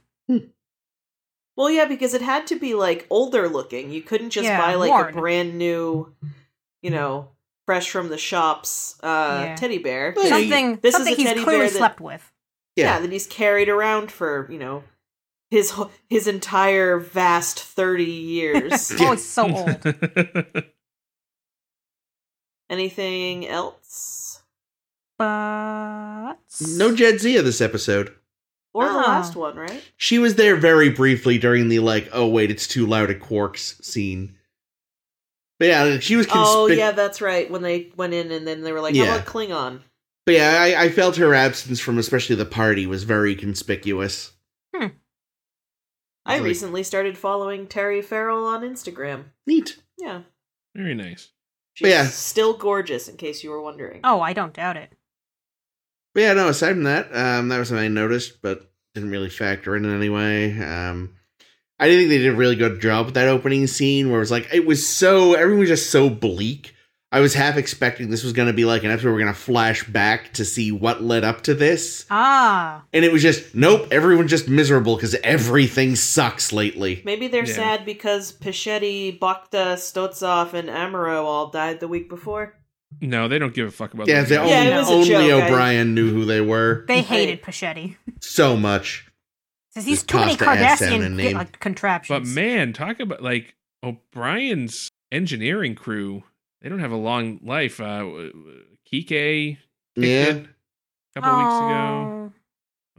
D: Well, yeah, because it had to be, like, older looking. You couldn't just
A: Yeah,
D: buy, like,
A: worn.
D: a brand new, you know, fresh from the shops uh,
A: Yeah.
D: teddy bear.
C: Well, yeah, you-
A: Something
D: This is
A: something
D: a
A: he's
D: teddy
A: clearly
D: bear that-
A: slept
D: *laughs*
A: with.
D: yeah.
C: Yeah,
D: that he's carried around for you know his wh- his entire vast
A: *laughs*
D: 30 years
A: Oh, it's
D: *laughs*
A: so old.
D: anything else
A: But
C: no Jed Zia this episode.
D: or the
A: Ah.
D: last one right
C: She was there very briefly during the like, "Oh wait, it's too loud at Quarks" scene. But yeah, she was. Conspic-
D: oh yeah that's right when they went in and then they were like
C: Yeah.
D: how about klingon
C: But yeah, I, I felt her absence from especially the party was very conspicuous.
D: Hmm. i
C: Like-
D: recently started following terry farrell on instagram
C: Neat.
D: yeah
B: *laughs* Very nice.
D: she's
C: Yeah.
D: still gorgeous in case you were wondering
A: Oh, I don't doubt it.
C: But yeah, no, aside from that, um, that was something I noticed, but didn't really factor in in any way. Um, I didn't think they did a really good job with that opening scene where it was like, it was so, everyone was just so bleak. I was half expecting this was going to be like an episode we're going to flash back to see what led up to this.
A: Ah,
C: And it was just, nope, everyone's just miserable because everything sucks lately.
D: maybe they're
B: Yeah.
D: sad because Pichetti, Bakta, Stotsov, and amuro all died the week before
B: No, they don't give a fuck about
C: Yeah,
B: that.
C: they
D: Yeah,
C: only,
A: it was a
C: only
D: joke, I-
C: O'Brien knew who they were
A: they
D: Right.
A: hated Pachetti.
C: so much.
A: Says he's
C: Just
A: too many
C: tossed the ass down
A: Cardassian
C: and
A: ki-
C: named-
A: like, contraptions.
B: But man, talk about like O'Brien's engineering crew. They don't have a long life. Uh, w- w- Kike, kicked
C: Yeah.
B: in a couple weeks ago.
A: Oh.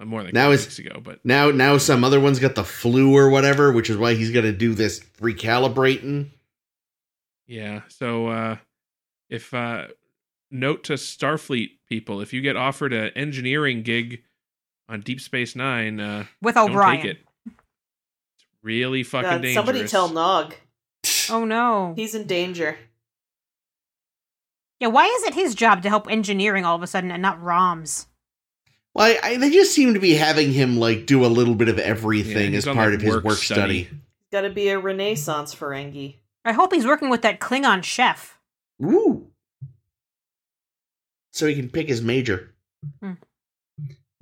B: Uh, More than a
C: Now
B: couple
C: it's-
B: weeks ago, but
C: Now, now some other one's got the flu or whatever, which is why he's got to do this recalibrating.
B: yeah. So uh, if uh, note to Starfleet people, if you get offered an engineering gig on Deep Space Nine, uh,
A: with
B: don't
A: O'Brien.
B: take it. It's really fucking
D: God,
B: dangerous.
D: somebody tell nog
A: Oh no.
D: he's in danger
A: yeah, why is it his job to help engineering all of a sudden and not Rom's?
C: Well, I, I, they just seem to be having him like do a little bit of everything
B: Yeah,
C: as
B: he's on,
C: part
B: like,
C: of his
B: work
C: work study.
D: gotta be a renaissance ferengi
A: I hope he's working with that Klingon chef.
C: Woo! So he can pick his major.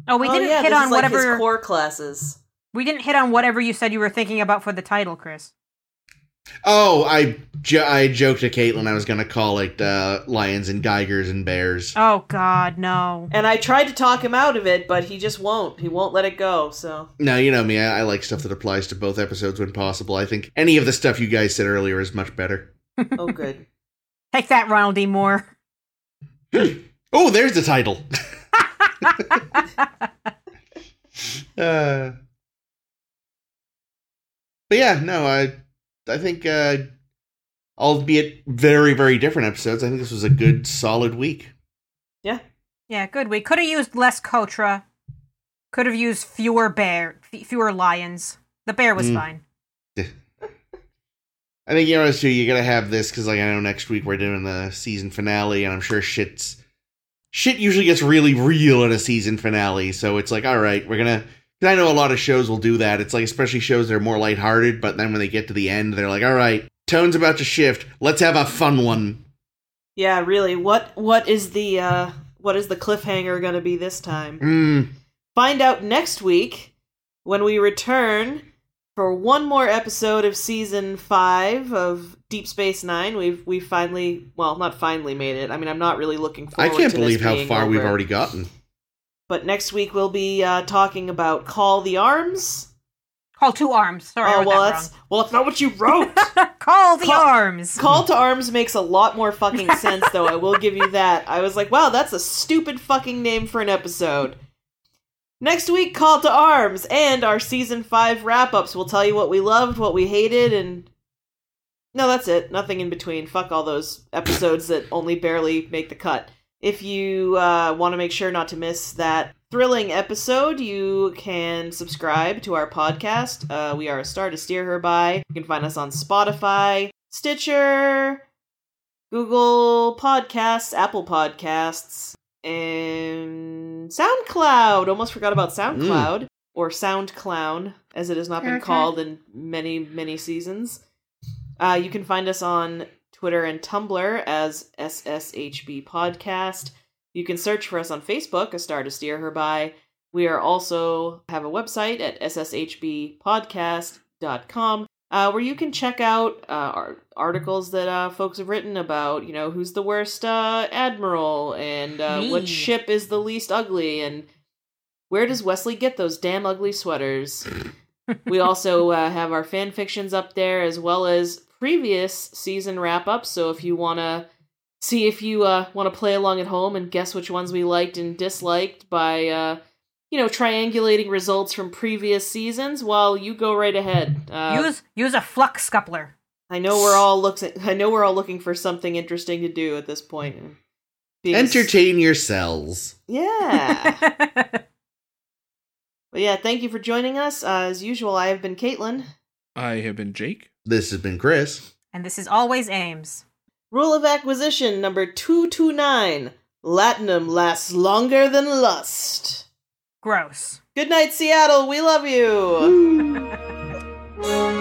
A: Oh, we
D: Oh,
A: didn't
D: yeah,
A: hit
D: this
A: on
D: is like his
A: whatever
D: core classes.
A: we didn't hit on whatever you said you were thinking about for the title, Chris.
C: Oh, I jo- I joked to Caitlin I was gonna call it uh, lions and geigers and bears.
A: Oh God, no.
D: And I tried to talk him out of it, but he just won't. He won't let it
A: *laughs*
D: go. So
C: Now you know me. I, I like stuff that applies to both episodes when possible. I think any of the stuff you guys said earlier is much better.
D: oh good.
A: Take that, Ronald D. Moore. *laughs*
C: Oh, there's the title. Uh, but yeah, no, I I think uh albeit very, very different episodes, I think this was a good solid week.
A: yeah, good. We could have used less Kotra. Could have used fewer bear, f- fewer lions. The bear was
C: Mm.
A: fine.
C: I think you know too, you gotta have this because like I know next week we're doing the season finale and I'm sure shit's shit usually gets really real in a season finale. So it's like, all right, we're gonna. Cause I know a lot of shows will do that. It's like, especially shows that are more lighthearted, but then when they get to the end, they're like, all right, tone's about to shift. Let's have a fun one.
D: Yeah, really. What what is the uh what is the cliffhanger going to be this time?
C: Mm.
D: Find out next week when we return for one more episode of season 5 of Deep Space 9. We've we finally, well, not finally made it. I mean, I'm not really looking
C: I
D: forward
C: can't
D: to
C: believe
D: this
C: how
D: being
C: far we've
D: over.
C: already gotten.
D: But next week we'll be uh talking about Call the Arms.
A: Call two arms. Sorry, I
D: oh,
A: wrote
D: well,
A: that
D: that's well, that's not what you
A: *laughs*
D: wrote.
A: wrong. *laughs* Call the
D: Call-
A: arms.
D: Call to Arms makes a lot more fucking sense, though. I will give you that. I was like, wow, that's a stupid fucking name for an episode. Next week, Call to Arms and our season five wrap ups. We'll tell you what we loved, what we hated, and. No, that's it. Nothing in between. Fuck all those episodes that only barely make the cut. If you uh, want to make sure not to miss that thrilling episode, you can subscribe to our podcast. Uh, we are a star to steer her by. You can find us on Spotify, Stitcher, Google Podcasts, Apple Podcasts, and SoundCloud. Almost forgot about SoundCloud or SoundClown, as it has not been
A: Okay.
D: called in many, many seasons. Uh, you can find us on Twitter and Tumblr as SSHB Podcast. You can search for us on Facebook, A Star to Steer Her By. We are also have a website at sshbpodcast.com uh, where you can check out uh, our articles that uh, folks have written about, you know, who's the worst uh, admiral and uh,
A: Me.
D: what ship is the least ugly and where does Wesley get those damn ugly sweaters? we also uh, have our fan fictions up there as well as previous season wrap ups. So if you want to see if you uh, want to play along at home and guess which ones we liked and disliked by, uh, you know, triangulating results from previous seasons, well, you go right ahead. Uh,
A: use use a flux scuppler.
D: I know we're all looks. I know we're all looking for something interesting to do at this point. Being s-
C: Entertain yourselves.
D: Yeah.
A: *laughs*
D: But yeah, thank you for joining us. Uh, as usual, I have been Caitlin.
B: I have been Jake.
C: This has been Chris.
A: and this is always Ames.
D: Rule of acquisition number 229 Latinum lasts longer than lust.
A: Gross.
D: Good night, Seattle. We love you.